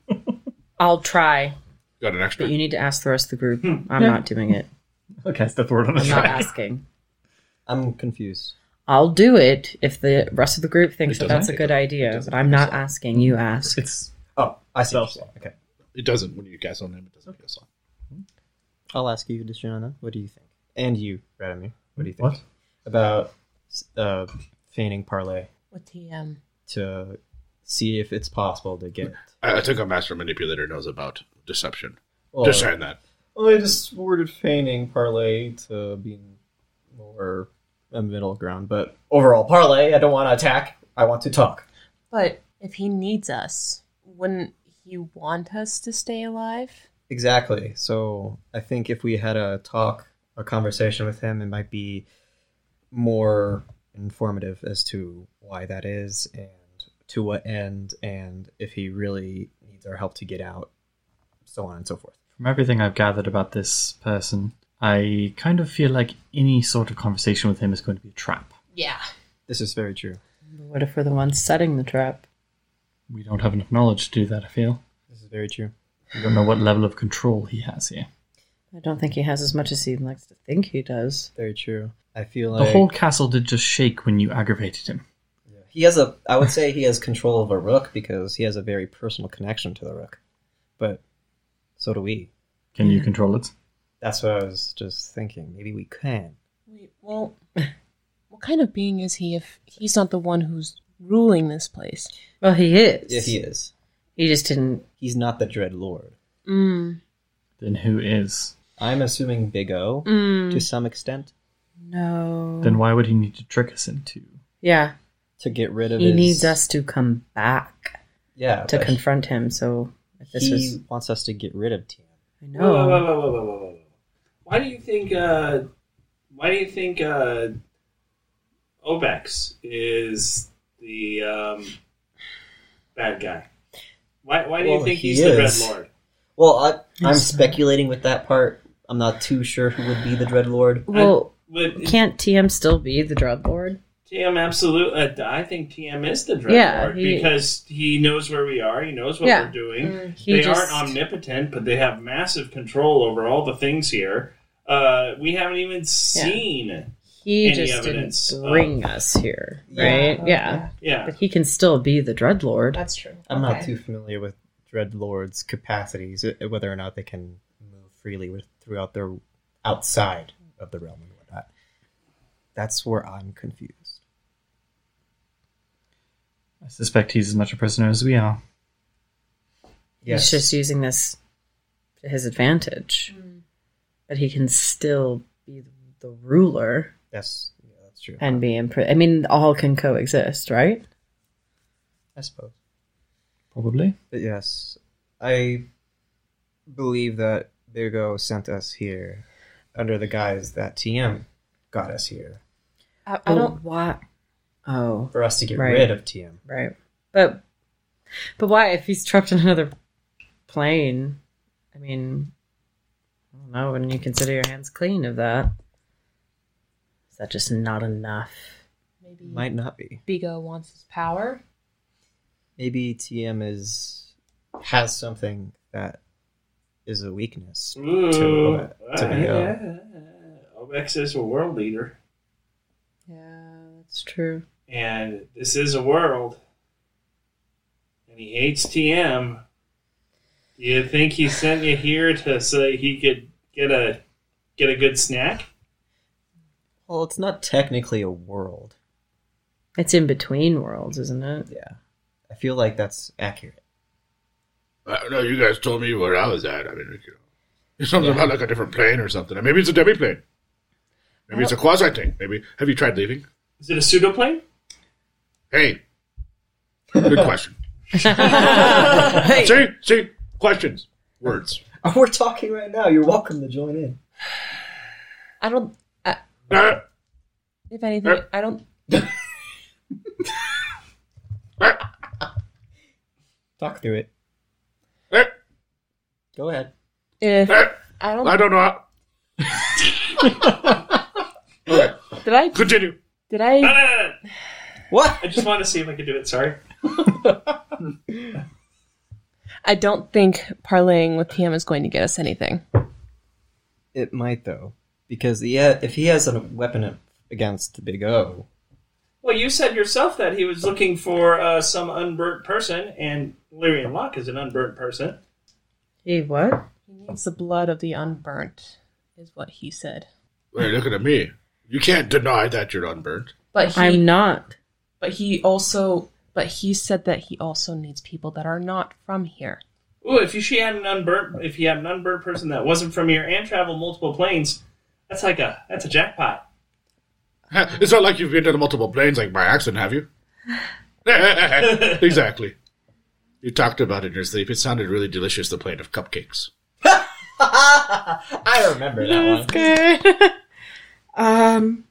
Speaker 2: I'll try,
Speaker 4: Got an extra.
Speaker 2: but you need to ask the rest of the group. I'm not doing it.
Speaker 7: I'll cast Death Ward on
Speaker 2: I'm not
Speaker 7: myself.
Speaker 2: asking.
Speaker 5: I'm confused.
Speaker 2: I'll do it if the rest of the group thinks
Speaker 4: It
Speaker 2: that
Speaker 4: doesn't-
Speaker 2: that's a
Speaker 4: it
Speaker 2: good idea. But I'm not asking. You ask.
Speaker 7: It's
Speaker 5: Oh, I see.
Speaker 7: Self-
Speaker 5: Okay.
Speaker 4: It doesn't when you guess on him. It doesn't guess on.
Speaker 5: I'll ask you, Deshanna. What do you think? And you, Radamir. What do you think
Speaker 7: What?
Speaker 5: about uh, feigning parlay
Speaker 1: With TM.
Speaker 5: to see if it's possible to get?
Speaker 4: I, I think a master manipulator knows about deception.
Speaker 5: Well,
Speaker 4: Just saying that.
Speaker 5: I just worded feigning parlay to being more a middle ground, but overall parlay. I don't want to attack. I want to talk.
Speaker 1: But if he needs us, wouldn't he want us to stay alive?
Speaker 5: Exactly. So I think if we had a talk, a conversation with him, it might be more informative as to why that is and to what end, and if he really needs our help to get out, so on and so forth.
Speaker 7: From everything I've gathered about this person, I kind of feel like any sort of conversation with him is going to be a trap.
Speaker 1: Yeah.
Speaker 5: This is very true.
Speaker 2: What if we're the ones setting the trap?
Speaker 7: We don't have enough knowledge to do that, I feel.
Speaker 5: This is very true.
Speaker 7: We don't know what level of control he has here.
Speaker 2: I don't think he has as much as he likes to think he does.
Speaker 5: Very true. I feel
Speaker 7: The whole castle did just shake when you aggravated him.
Speaker 5: He has a. I would say he has control of a rook because he has a very personal connection to the rook. But so do we.
Speaker 7: Can
Speaker 5: Mm-hmm.
Speaker 7: you control it?
Speaker 5: That's what I was just thinking. Maybe we can.
Speaker 11: Wait, well, what kind of being is he if he's not the one who's ruling this place?
Speaker 2: Well, he is.
Speaker 5: Yeah, he is.
Speaker 2: He just didn't.
Speaker 5: He's not the Dread Lord.
Speaker 2: Mm,
Speaker 7: Then who is?
Speaker 5: I'm assuming Big O
Speaker 2: Mm.
Speaker 5: to some extent
Speaker 2: no.
Speaker 7: Then why would he need to trick us into?
Speaker 2: Yeah,
Speaker 5: to get rid of
Speaker 2: he
Speaker 5: his.
Speaker 2: needs us to come back
Speaker 5: yeah,
Speaker 2: to
Speaker 5: but
Speaker 2: confront him. So if this
Speaker 5: he
Speaker 2: is,
Speaker 5: wants us to get rid of Tian.
Speaker 2: I
Speaker 6: Whoa, whoa,
Speaker 2: know.
Speaker 6: whoa, whoa, whoa, whoa, whoa, whoa. Why do you think? Uh, why do you think uh, Obex is the um, bad guy? Why? Why do
Speaker 5: Well,
Speaker 6: you think
Speaker 5: he
Speaker 6: he's the Red
Speaker 5: is.
Speaker 6: Lord?
Speaker 5: Well, I, I'm
Speaker 2: Yes.
Speaker 5: speculating with that part. I'm not too sure who would be the Dread Lord.
Speaker 2: Well,
Speaker 6: Would
Speaker 2: can't TM still be the Dread Lord?
Speaker 6: TM absolute? Uh, I think TM is the Dread
Speaker 2: Yeah,
Speaker 6: Lord
Speaker 2: he-
Speaker 6: because he knows where we are. He knows what
Speaker 2: Yeah.
Speaker 6: we're doing.
Speaker 2: Mm, he
Speaker 6: They
Speaker 2: just-
Speaker 6: aren't omnipotent, but they have massive control over all the things here. Uh, we haven't even seen.
Speaker 2: He
Speaker 6: Any
Speaker 2: just
Speaker 6: evidence
Speaker 2: didn't
Speaker 6: of-
Speaker 2: bring us here,
Speaker 5: Yeah.
Speaker 2: right? Yeah.
Speaker 6: Yeah.
Speaker 2: But he can still be the Dread Lord.
Speaker 1: That's true.
Speaker 5: I'm not
Speaker 1: Okay.
Speaker 5: too familiar with Dread Lord's capacities, uh, whether or not they can move freely with, throughout their outside of the realm and whatnot. That's where I'm confused.
Speaker 7: I suspect he's as much a prisoner as we are.
Speaker 5: Yes,
Speaker 2: He's just using this to his advantage.
Speaker 1: Mm.
Speaker 2: But he can still be the ruler
Speaker 5: that's yeah, that's true.
Speaker 2: and be in pri- I mean, all can coexist, right?
Speaker 5: I suppose.
Speaker 7: Probably.
Speaker 5: But yes, I believe that Big O sent us here under the guise that TM got us here
Speaker 1: I, I don't.
Speaker 2: Why? Oh,
Speaker 5: for us to get
Speaker 2: Right.
Speaker 5: rid of TM.
Speaker 2: right. But but why? If he's trapped in another plane, I mean, I don't know. Wouldn't you consider your hands clean of that? Is that just not enough?
Speaker 1: Maybe
Speaker 5: Might not be.
Speaker 1: Bigo wants his power.
Speaker 5: Maybe TM is has something that is a weakness
Speaker 6: Ooh.
Speaker 5: to, Obe- to Big O.
Speaker 6: Obex is a world leader,
Speaker 2: Yeah, that's true.
Speaker 6: and this is a world, and he hates TM. Do you think he sent you here to so he could get a get a good snack?
Speaker 5: Well, it's not technically a world.
Speaker 2: It's in between worlds, isn't it?
Speaker 5: Yeah. I feel like that's accurate.
Speaker 4: I don't know. You guys told me where I was at. I mean, you know, it's something about like a different plane or something. Maybe it's a demiplane. Maybe it's a quasi thing. Maybe have you tried leaving?
Speaker 6: Is it a pseudoplane?
Speaker 4: Hey, good question. See, see, questions, words.
Speaker 5: We're talking right now. You're welcome to join in.
Speaker 1: I don't. I,
Speaker 4: Uh,
Speaker 1: if anything, I don't.
Speaker 5: Talk through it.
Speaker 4: uh,
Speaker 5: Go ahead.
Speaker 1: If
Speaker 4: uh,
Speaker 1: I don't.
Speaker 4: I don't know. How... okay,
Speaker 1: Did I?
Speaker 4: continue.
Speaker 1: Did
Speaker 6: No,
Speaker 1: I?
Speaker 6: no, no, no.
Speaker 5: What?
Speaker 6: I just want to see if I could do it. Sorry.
Speaker 11: I don't think parlaying with TM is going to get us anything.
Speaker 5: It might though, because yeah, if he has a weapon a- against the Big O,
Speaker 6: Well, you said yourself that he was looking for uh, some unburnt person, and Lyrian Locke is an unburnt person.
Speaker 2: He what?
Speaker 11: He needs the blood of the unburnt, is what he said.
Speaker 4: Wait, looking at me. You can't deny that you're unburnt.
Speaker 11: But he,
Speaker 2: I'm not.
Speaker 11: but he also, but he said that he also needs people that are not from here.
Speaker 6: Ooh, if you she had an unburnt, if you had an unburnt person that wasn't from here and traveled multiple planes, that's like a that's a jackpot.
Speaker 4: Huh, It's not like you've been to the multiple planes like by accident, have you? exactly. You talked about it in your sleep. It sounded really delicious, the plane of cupcakes.
Speaker 5: I remember that one.
Speaker 2: good. um,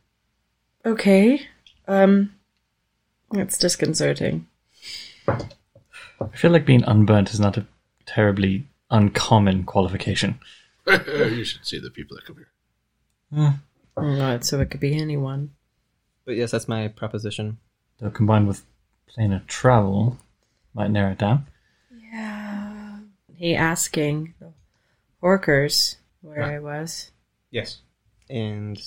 Speaker 2: okay. Um, that's disconcerting.
Speaker 7: I feel like being unburnt is not a terribly uncommon qualification.
Speaker 4: you should see the people that come here.
Speaker 2: Oh, God, so it could be anyone.
Speaker 5: But yes, that's my proposition.
Speaker 7: Though combined with plane of travel, might narrow it down.
Speaker 2: He asking the workers where I was.
Speaker 7: Yes.
Speaker 5: And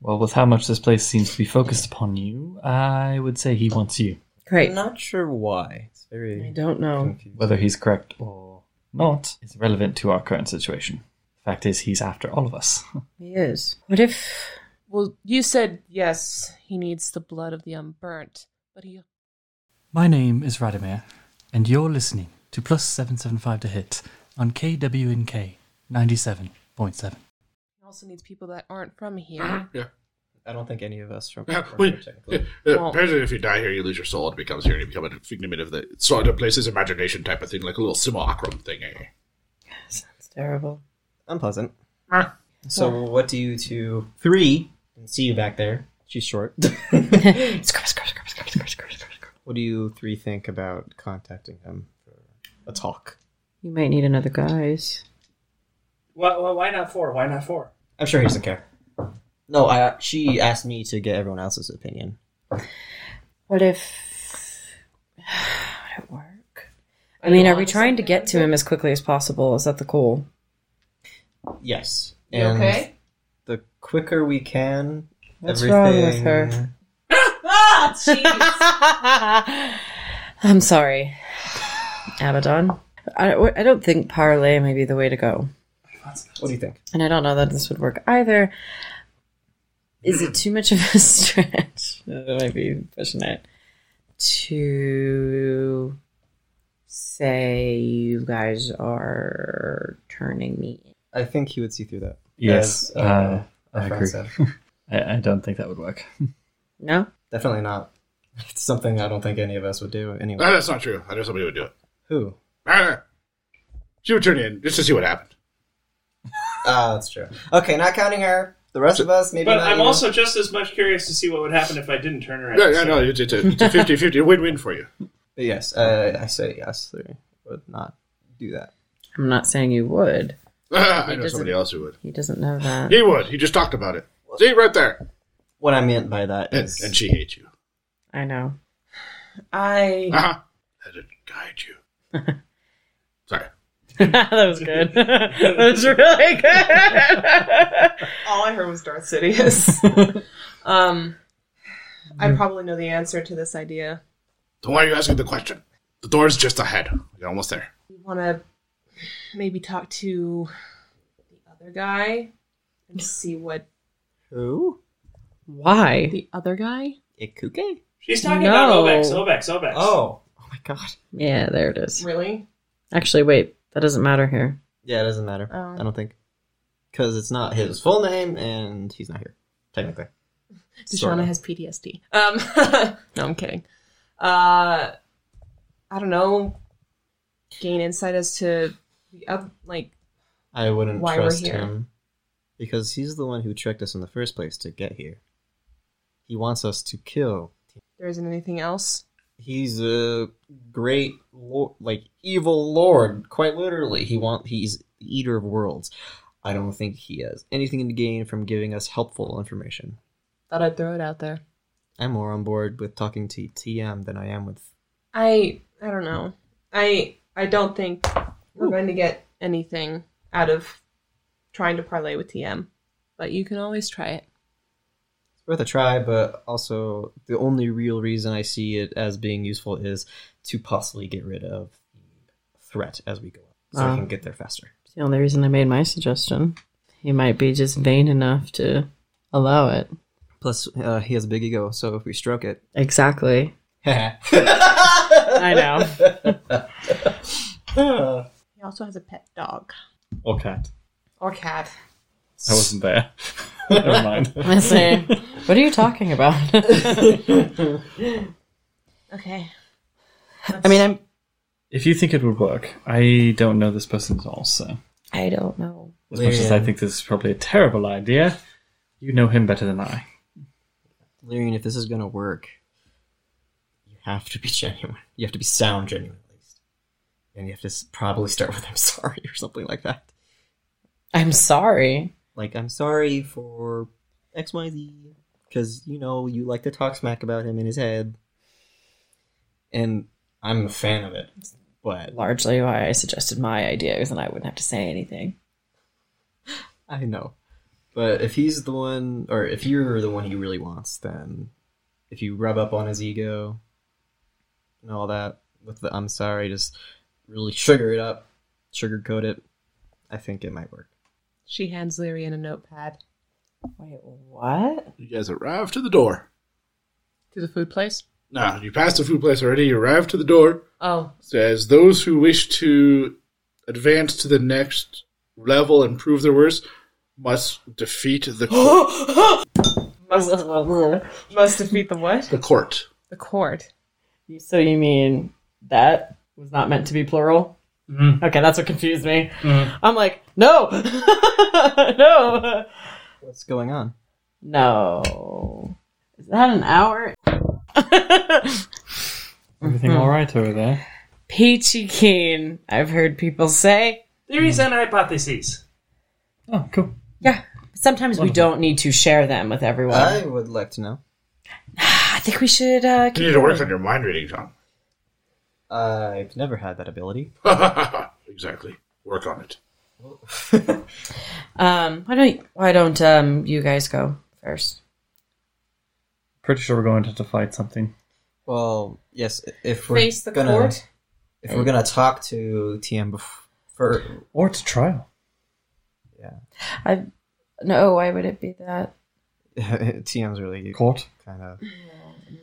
Speaker 7: well, with how much this place seems to be focused upon you, I would say he wants you.
Speaker 2: Great.
Speaker 5: I'm not sure why. It's very.
Speaker 2: I don't know.
Speaker 7: Whether he's correct or not is relevant to our current situation. Fact is, he's after all of us.
Speaker 2: He is. What if
Speaker 11: Well, you said yes, he needs the blood of the unburnt, but he
Speaker 7: My name is Radimir, and you're listening to Plus 775 to Hit on KWNK 97.7.
Speaker 11: also needs people that aren't from here.
Speaker 4: Yeah.
Speaker 5: I don't think any of us from.
Speaker 4: Yeah,
Speaker 5: from
Speaker 4: wait,
Speaker 5: here, technically.
Speaker 4: uh,
Speaker 11: Well-
Speaker 4: apparently, if you die here, you lose your soul. It becomes here, and you become a figment of the sort of place's imagination type of thing, like a little simulacrum eh? thingy.
Speaker 2: it's terrible?
Speaker 5: Unpleasant. So what do you two three? and See you back there. She's short. what do you three think about contacting him for a talk?
Speaker 2: You might need another guise.
Speaker 6: Why, why, why not four? Why not four?
Speaker 5: I'm sure he doesn't care. No, I. She asked me to get everyone else's opinion.
Speaker 2: What if would it work? I mean, are we trying to get to him as quickly as possible? Is that the goal?
Speaker 5: Yes.
Speaker 1: You okay?
Speaker 5: The quicker we can.
Speaker 2: What's
Speaker 5: everything...
Speaker 2: wrong with her?
Speaker 1: Ah, jeez.
Speaker 2: I'm sorry, Abaddon. I, I don't think parlay may be the way to go,
Speaker 5: What do you think?
Speaker 2: and I don't know that this would work either. Is it too much of a stretch? That might be pushing it. To say you guys are turning me in.
Speaker 5: I think he would see through that.
Speaker 7: Yes,
Speaker 5: As,
Speaker 7: uh,
Speaker 5: our
Speaker 7: I
Speaker 5: friend
Speaker 7: agree.
Speaker 5: said.
Speaker 7: I, I don't think that would work.
Speaker 2: No?
Speaker 5: Definitely not. It's something I don't think any of us would do
Speaker 7: Uh,
Speaker 4: No,
Speaker 5: anyway.
Speaker 4: Uh, that's not true. I know somebody would do it.
Speaker 5: Who?
Speaker 4: Ah, she would turn in just to see what happened.
Speaker 5: Ah, that's true. Okay, not counting her. The rest of us, maybe.
Speaker 6: But
Speaker 5: not
Speaker 6: I'm
Speaker 5: you.
Speaker 6: also just as much curious to see what would happen if I didn't turn her.
Speaker 4: Yeah, yeah, no, it's, it's a, it's a 50-50 win-win for you.
Speaker 5: But yes, uh, I say yes. Three would not do that.
Speaker 2: I'm not saying you would.
Speaker 4: Ah, I know
Speaker 2: doesn't-
Speaker 4: somebody else who would.
Speaker 2: He doesn't know that.
Speaker 4: He would. He just talked about it. See, right there.
Speaker 5: What I meant by that
Speaker 4: And,
Speaker 5: is,
Speaker 4: and she hates you.
Speaker 2: I know.
Speaker 1: I
Speaker 4: Uh-huh. I didn't guide you. Sorry.
Speaker 2: that was good. that was really good.
Speaker 1: all I heard was Darth Sidious. um, I probably know the answer to this idea.
Speaker 4: So why are you asking the question? The door's just ahead. You're almost there.
Speaker 1: You want to maybe talk to the other guy and see what
Speaker 5: who?
Speaker 2: Why?
Speaker 11: The other guy?
Speaker 5: Ikuke?
Speaker 6: She's talking
Speaker 2: No.
Speaker 6: about Obex, Obex, Obex.
Speaker 5: Oh, oh my god.
Speaker 2: Yeah, there it is.
Speaker 1: really.
Speaker 2: Actually, wait. That doesn't matter here.
Speaker 5: Yeah, it doesn't matter.
Speaker 1: Oh.
Speaker 5: I don't think because it's not his full name, and he's not here technically. Sort
Speaker 1: Deshauna
Speaker 5: of.
Speaker 1: has PTSD. Um, no, I'm kidding. Uh, I don't know. Gain insight as to the other, like
Speaker 5: I wouldn't
Speaker 1: Why we're
Speaker 5: trust
Speaker 1: here.
Speaker 5: him because he's the one who tricked us in the first place to get here. He wants us to kill.
Speaker 1: there isn't anything else.
Speaker 5: He's a great, lo- like evil lord. Quite literally, he want he's the eater of worlds. I don't think he has anything to gain from giving us helpful information.
Speaker 1: Thought I'd throw it out there.
Speaker 5: I'm more on board with talking to TM than I am with.
Speaker 1: I I don't know. I I don't think we're going to get anything out of trying to parlay with TM, but you can always try it.
Speaker 5: It's worth a try, but also the only real reason I see it as being useful is to possibly get rid of the threat as we go up, so
Speaker 2: Ah.
Speaker 5: we can get there faster.
Speaker 2: It's the only reason I made my suggestion. He might be just vain enough to allow it.
Speaker 5: Plus, uh, he has a big ego, so if we stroke it,
Speaker 2: Exactly. I know.
Speaker 1: He also has a pet dog
Speaker 7: Or cat.
Speaker 1: or cat.
Speaker 7: I wasn't there. Never mind.
Speaker 2: I say, what are you talking about?
Speaker 1: Okay.
Speaker 2: I mean, I'm.
Speaker 7: If you think it would work, I don't know this person at all, so.
Speaker 2: I don't know.
Speaker 7: As much as I think this is probably a terrible idea, you know him better than I.
Speaker 5: Lyrian, if this is gonna work, you have to be genuine. You have to be sound genuine, at least, and you have to s- probably start with "I'm sorry" or something like that.
Speaker 2: I'm sorry.
Speaker 5: Like, I'm sorry for X, Y, Z, because you know you like to talk smack about him in his head, and I'm a fan of it. But
Speaker 2: Largely why I suggested my idea, and I wouldn't have to say anything.
Speaker 5: I know. But if he's the one, or if you're the one he really wants, then if you rub up on his ego and all that with the I'm sorry, just really sugar it up, sugarcoat it, I think it might work.
Speaker 1: She hands Leary in a notepad.
Speaker 2: Wait, what?
Speaker 4: You guys arrive to the door.
Speaker 1: To the food place?
Speaker 4: Now, you passed the food place already. You arrive to the door.
Speaker 1: Oh,
Speaker 4: Says those who wish to advance to the next level and prove their worth must defeat the court.
Speaker 1: must defeat the what?
Speaker 4: the court.
Speaker 1: The court.
Speaker 2: So you mean that was not meant to be plural?
Speaker 7: Mm-hmm.
Speaker 6: Mhm.
Speaker 2: Okay, that's what confused me. I'm like, no, no,
Speaker 5: What's going on?
Speaker 2: no. Is that an hour?
Speaker 7: Everything all right over there?
Speaker 2: Peachy keen, I've heard people say.
Speaker 6: Theories and hypotheses.
Speaker 7: Oh, cool.
Speaker 2: Yeah, sometimes we don't need to share them with everyone.
Speaker 7: Uh,
Speaker 5: I would like to know.
Speaker 2: I think we should. Uh,
Speaker 4: You need to work on your mind reading, John.
Speaker 5: I've never had that ability.
Speaker 4: exactly. Work on it.
Speaker 2: um, why don't why don't um you guys go first?
Speaker 7: Pretty sure we're going to have to fight something.
Speaker 5: Well, yes, if we're
Speaker 1: Face the
Speaker 5: gonna,
Speaker 1: court?
Speaker 5: if we're gonna talk to TM before,
Speaker 7: Or to trial.
Speaker 5: yeah,
Speaker 2: I no, why would it be that?
Speaker 5: TM's really
Speaker 7: Court.
Speaker 5: kind of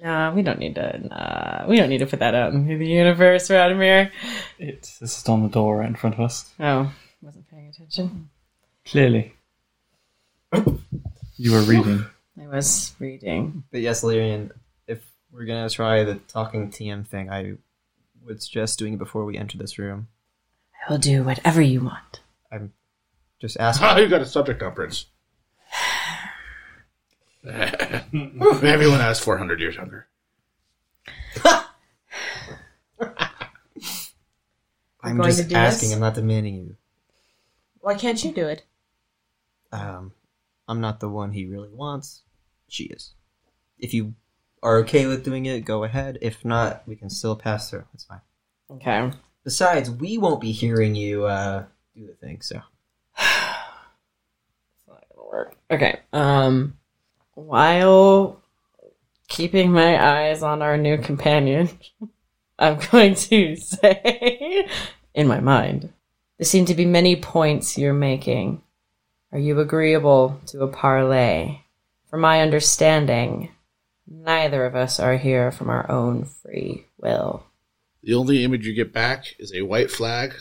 Speaker 2: Nah, we don't need to. Nah, we don't need to put that out into the universe, Radimir.
Speaker 7: It's this is on the door right in front of us.
Speaker 2: Oh, wasn't paying attention.
Speaker 7: Clearly. you were reading.
Speaker 2: I was reading.
Speaker 5: But yes, Lyrian, if we're gonna try the talking TM thing, I would suggest doing it before we enter this room.
Speaker 2: I will do whatever you want.
Speaker 5: I'm just asking.
Speaker 4: Ah, you got a subject now, Prince. Everyone has 400 years hunger.
Speaker 5: I'm
Speaker 1: going to
Speaker 5: just
Speaker 1: do
Speaker 5: asking.
Speaker 1: this?
Speaker 5: I'm not demanding you.
Speaker 1: Why can't you do it?
Speaker 5: Um, I'm not the one he really wants. She is. If you are okay with doing it, go ahead. If not, we can still pass through. It's fine.
Speaker 2: Okay.
Speaker 5: Besides, we won't be hearing you uh, do the thing. So
Speaker 2: Okay. Um, while keeping my eyes on our new companion, I'm going to say in my mind, there seem to be many points you're making. Are you agreeable to a parley? From my understanding, neither of us are here from our own free will.
Speaker 4: The only image you get back is a white flag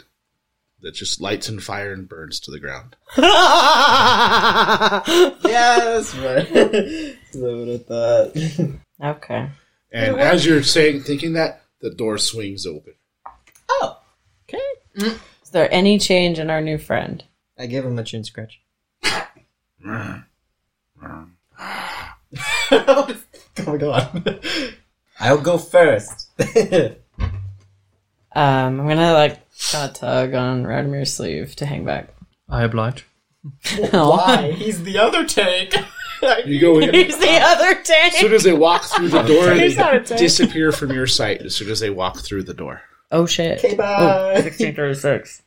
Speaker 4: that just lights in fire and burns to the ground.
Speaker 5: yeah, that's right. that's what I thought.
Speaker 2: Okay.
Speaker 4: And as you're saying, thinking that, the door swings open.
Speaker 2: Is there any change in our new friend?
Speaker 5: I gave him a chin scratch. oh my god. I'll go first.
Speaker 2: Um, I'm gonna like kind of tug on Radimir's sleeve to hang back.
Speaker 7: I oblige.
Speaker 5: Why? He's the other tank.
Speaker 4: You go in.
Speaker 2: Here's the other
Speaker 4: As
Speaker 2: tank.
Speaker 4: soon as they walk through the door, they
Speaker 2: Here's not a tank.
Speaker 4: disappear from your sight as soon as they walk through the door.
Speaker 2: Oh shit.
Speaker 5: Okay, bye.
Speaker 2: 1636.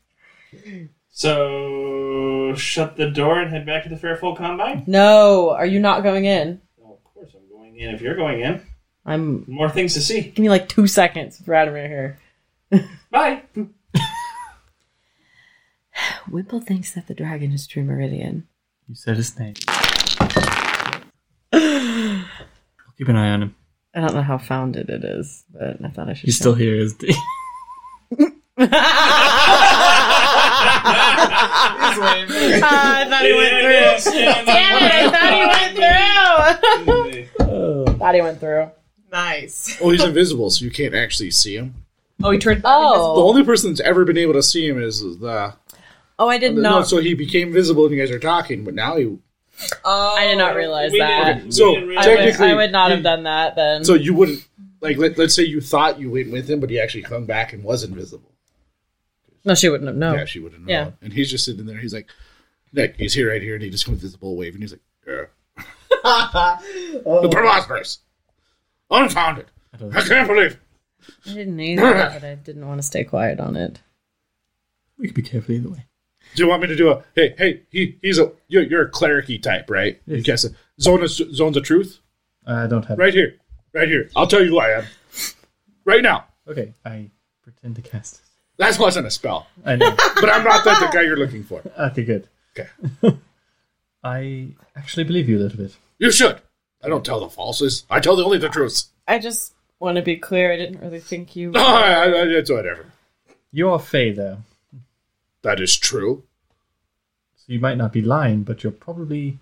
Speaker 6: So shut the door and head back to the Fairfold Combine.
Speaker 2: No, are you not going in?
Speaker 6: Well, of course I'm going in. If you're going in,
Speaker 2: I'm.
Speaker 6: more things to see.
Speaker 2: Give me like two seconds with Radimir here.
Speaker 6: Bye.
Speaker 2: Wimple thinks that the dragon is True Meridian.
Speaker 7: You said his name. I'll keep an eye on him.
Speaker 2: I don't know how founded it is, but I thought I should.
Speaker 7: He's still here, isn't he?
Speaker 2: Ah, I thought he went through. I thought he went through. thought he went through.
Speaker 1: Nice.
Speaker 4: Well, Oh, he's invisible, so you can't actually see him.
Speaker 1: Oh, he turned.
Speaker 4: The
Speaker 2: Oh,
Speaker 4: only person that's ever been able to see him is the.
Speaker 2: oh, I did
Speaker 4: No,
Speaker 2: not.
Speaker 4: so he became visible when you guys are talking, but now he.
Speaker 1: Oh,
Speaker 2: I did not realize
Speaker 6: We
Speaker 2: that.
Speaker 6: didn't- we
Speaker 4: So,
Speaker 6: didn't
Speaker 2: I
Speaker 6: realize-
Speaker 2: would-
Speaker 4: Technically,
Speaker 2: I would not
Speaker 4: you-
Speaker 2: have done that then.
Speaker 4: So you wouldn't. Like, let, let's say you thought you went with him, but he actually hung back and was invisible.
Speaker 2: no, she wouldn't have known.
Speaker 4: Yeah, she wouldn't know.
Speaker 2: Oh. Yeah.
Speaker 4: And he's just sitting there. He's like, Nick, he's here right here. And he just comes with this bowl wave. And he's like, yeah. The preposterous. Unfounded. I can't believe.
Speaker 2: I didn't either, but I didn't want to stay quiet on it.
Speaker 7: We could be careful either way.
Speaker 4: Do you want me to do a hey hey he he's a you're, you're a clericy type right? You guess it. Zone of, zones of truth
Speaker 7: I don't have.
Speaker 4: right here, right here. I'll tell you who I am right now.
Speaker 7: Okay, I pretend to cast. it.
Speaker 4: That wasn't a spell,
Speaker 7: I know.
Speaker 4: but I'm not that the guy you're looking for.
Speaker 7: okay, good.
Speaker 4: Okay.
Speaker 7: I actually believe you a little bit.
Speaker 4: You should. I don't tell the falses. I tell the only the truths.
Speaker 13: I just want to be clear. I didn't really think you.
Speaker 4: No, I, I, it's whatever.
Speaker 7: You are Fey, though,
Speaker 4: That is true.
Speaker 7: so you might not be lying, but you're probably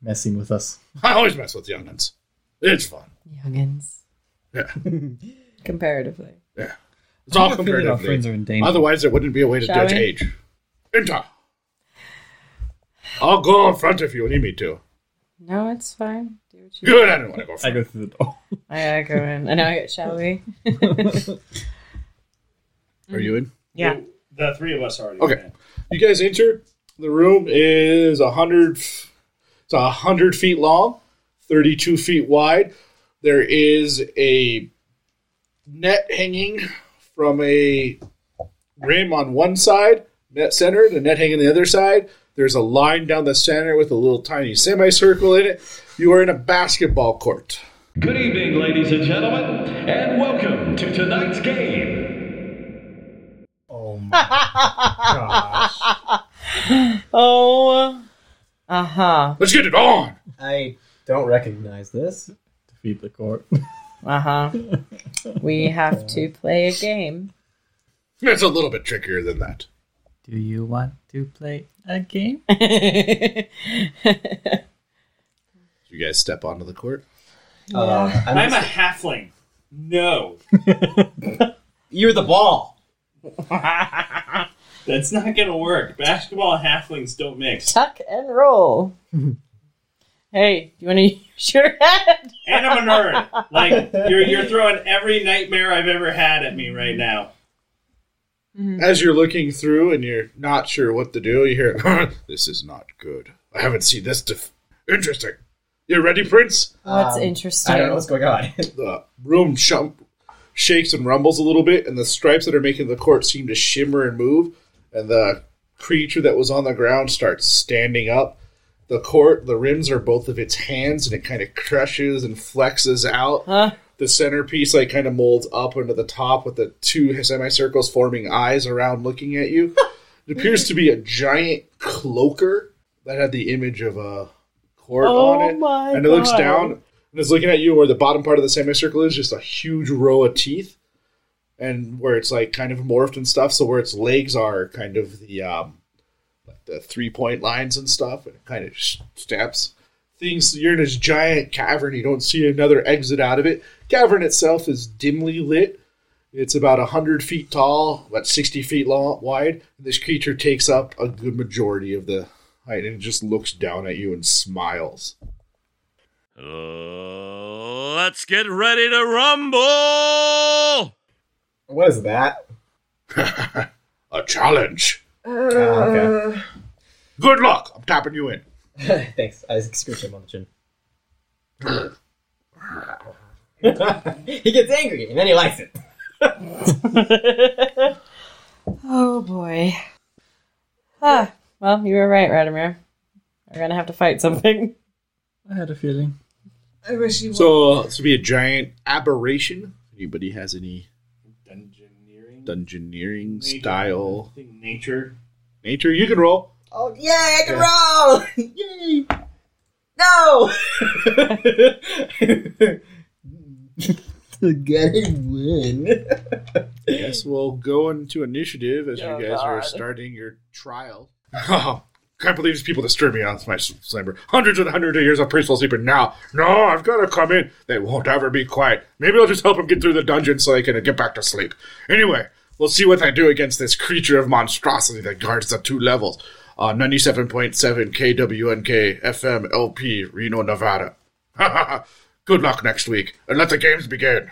Speaker 7: messing with us.
Speaker 4: I always mess with youngins. It's fun.
Speaker 13: youngins
Speaker 4: Yeah,
Speaker 13: comparatively.
Speaker 4: yeah. It's all
Speaker 7: I feel that our
Speaker 4: comparatively.
Speaker 7: friends are in danger.
Speaker 4: Otherwise, there wouldn't be a way to
Speaker 13: Shall
Speaker 4: judge
Speaker 13: we?
Speaker 4: age. Enter. I'll go in front of you when you need me to.
Speaker 13: No, it's fine. Do what you.
Speaker 4: Good. I don't want to go.
Speaker 7: I
Speaker 4: Front.
Speaker 7: go through the door.
Speaker 13: I, I Oh, go in. And I shall we?
Speaker 4: Are you in?
Speaker 13: Yeah.
Speaker 6: The three of us already.
Speaker 4: Okay.
Speaker 6: went.
Speaker 4: You guys enter. The room is a hundred. f- It's a hundred feet long, thirty-two feet wide. There is a net hanging from a rim on one side, net center. The net hanging on the other side. There's a line down the center with a little tiny semicircle in it. You are in a basketball court.
Speaker 14: Good evening, ladies and gentlemen, and welcome to tonight's game.
Speaker 7: Oh my gosh.
Speaker 13: Oh. Uh huh.
Speaker 4: Let's get it on.
Speaker 5: I don't recognize this.
Speaker 7: Defeat the court.
Speaker 13: Uh huh. We have to play a game.
Speaker 4: It's a little bit trickier than that.
Speaker 7: Do you want to play a game?
Speaker 4: You guys step onto the court.
Speaker 5: Uh, I'm
Speaker 6: I'm a
Speaker 5: just-
Speaker 6: halfling. No,
Speaker 5: you're the ball.
Speaker 6: that's not gonna work. Basketball and halflings don't mix.
Speaker 13: Tuck and roll. hey, you want to use your head?
Speaker 6: And I'm a nerd. Like you're you're throwing every nightmare I've ever had at me right now.
Speaker 4: As you're looking through and you're not sure what to do, you hear, "This is not good. I haven't seen this. Def- Interesting. You ready, Prince?"
Speaker 13: What's
Speaker 5: Um,
Speaker 13: interesting?
Speaker 5: I don't know what's going on.
Speaker 4: The room shum- shakes and rumbles a little bit, and the stripes that are making the court seem to shimmer and move. And the creature that was on the ground starts standing up. The court, the rims are both of its hands, and it kind of crushes and flexes out.
Speaker 13: Huh?
Speaker 4: The centerpiece, like, kind of molds up into the top with the two semicircles forming eyes around looking at you. It appears to be a giant cloaker that had the image of a court
Speaker 13: Oh
Speaker 4: on it.
Speaker 13: my
Speaker 4: and it looks
Speaker 13: God.
Speaker 4: down and it's looking at you where the bottom part of the semicircle is just a huge row of teeth. And where it's like kind of morphed and stuff, so where its legs are kind of the um like the three point lines and stuff, and it kind of sh- stabs things. You're in this giant cavern. You don't see another exit out of it. Cavern itself is dimly lit. It's about 100 feet tall, about 60 feet long, wide. This creature takes up a good majority of the height and it just looks down at you and smiles.
Speaker 14: Let's get ready to rumble!
Speaker 5: What is that?
Speaker 4: A challenge.
Speaker 5: Ah, okay.
Speaker 4: Good luck. I'm tapping you in.
Speaker 5: Thanks. I scratched him on the chin. he gets angry and then he likes it.
Speaker 13: Oh boy. Ah, well, you were right, Radomir. We're gonna have to fight something.
Speaker 7: I had a feeling.
Speaker 1: I wish you
Speaker 4: So, this would be a giant aberration. Anybody has any
Speaker 6: Dungeoneering.
Speaker 4: dungeoneering
Speaker 6: Nature.
Speaker 4: style
Speaker 6: I think Nature.
Speaker 4: nature? You can roll.
Speaker 5: Oh yeah, I can roll! Yay! No! Gotta win.
Speaker 4: Yes, we'll go into initiative as
Speaker 5: Oh,
Speaker 4: you guys are starting your trial. Oh, can't believe these people disturb me on my s- slumber. Hundreds and hundreds of years of peaceful sleeping now. No, I've got to come in. They won't ever be quiet. Maybe I'll just help them get through the dungeon so they can uh, get back to sleep. Anyway, we'll see what I do against this creature of monstrosity that guards the two levels. Uh, 97.7 KWNK FM LP Reno, Nevada. Good luck next week, and let the games begin.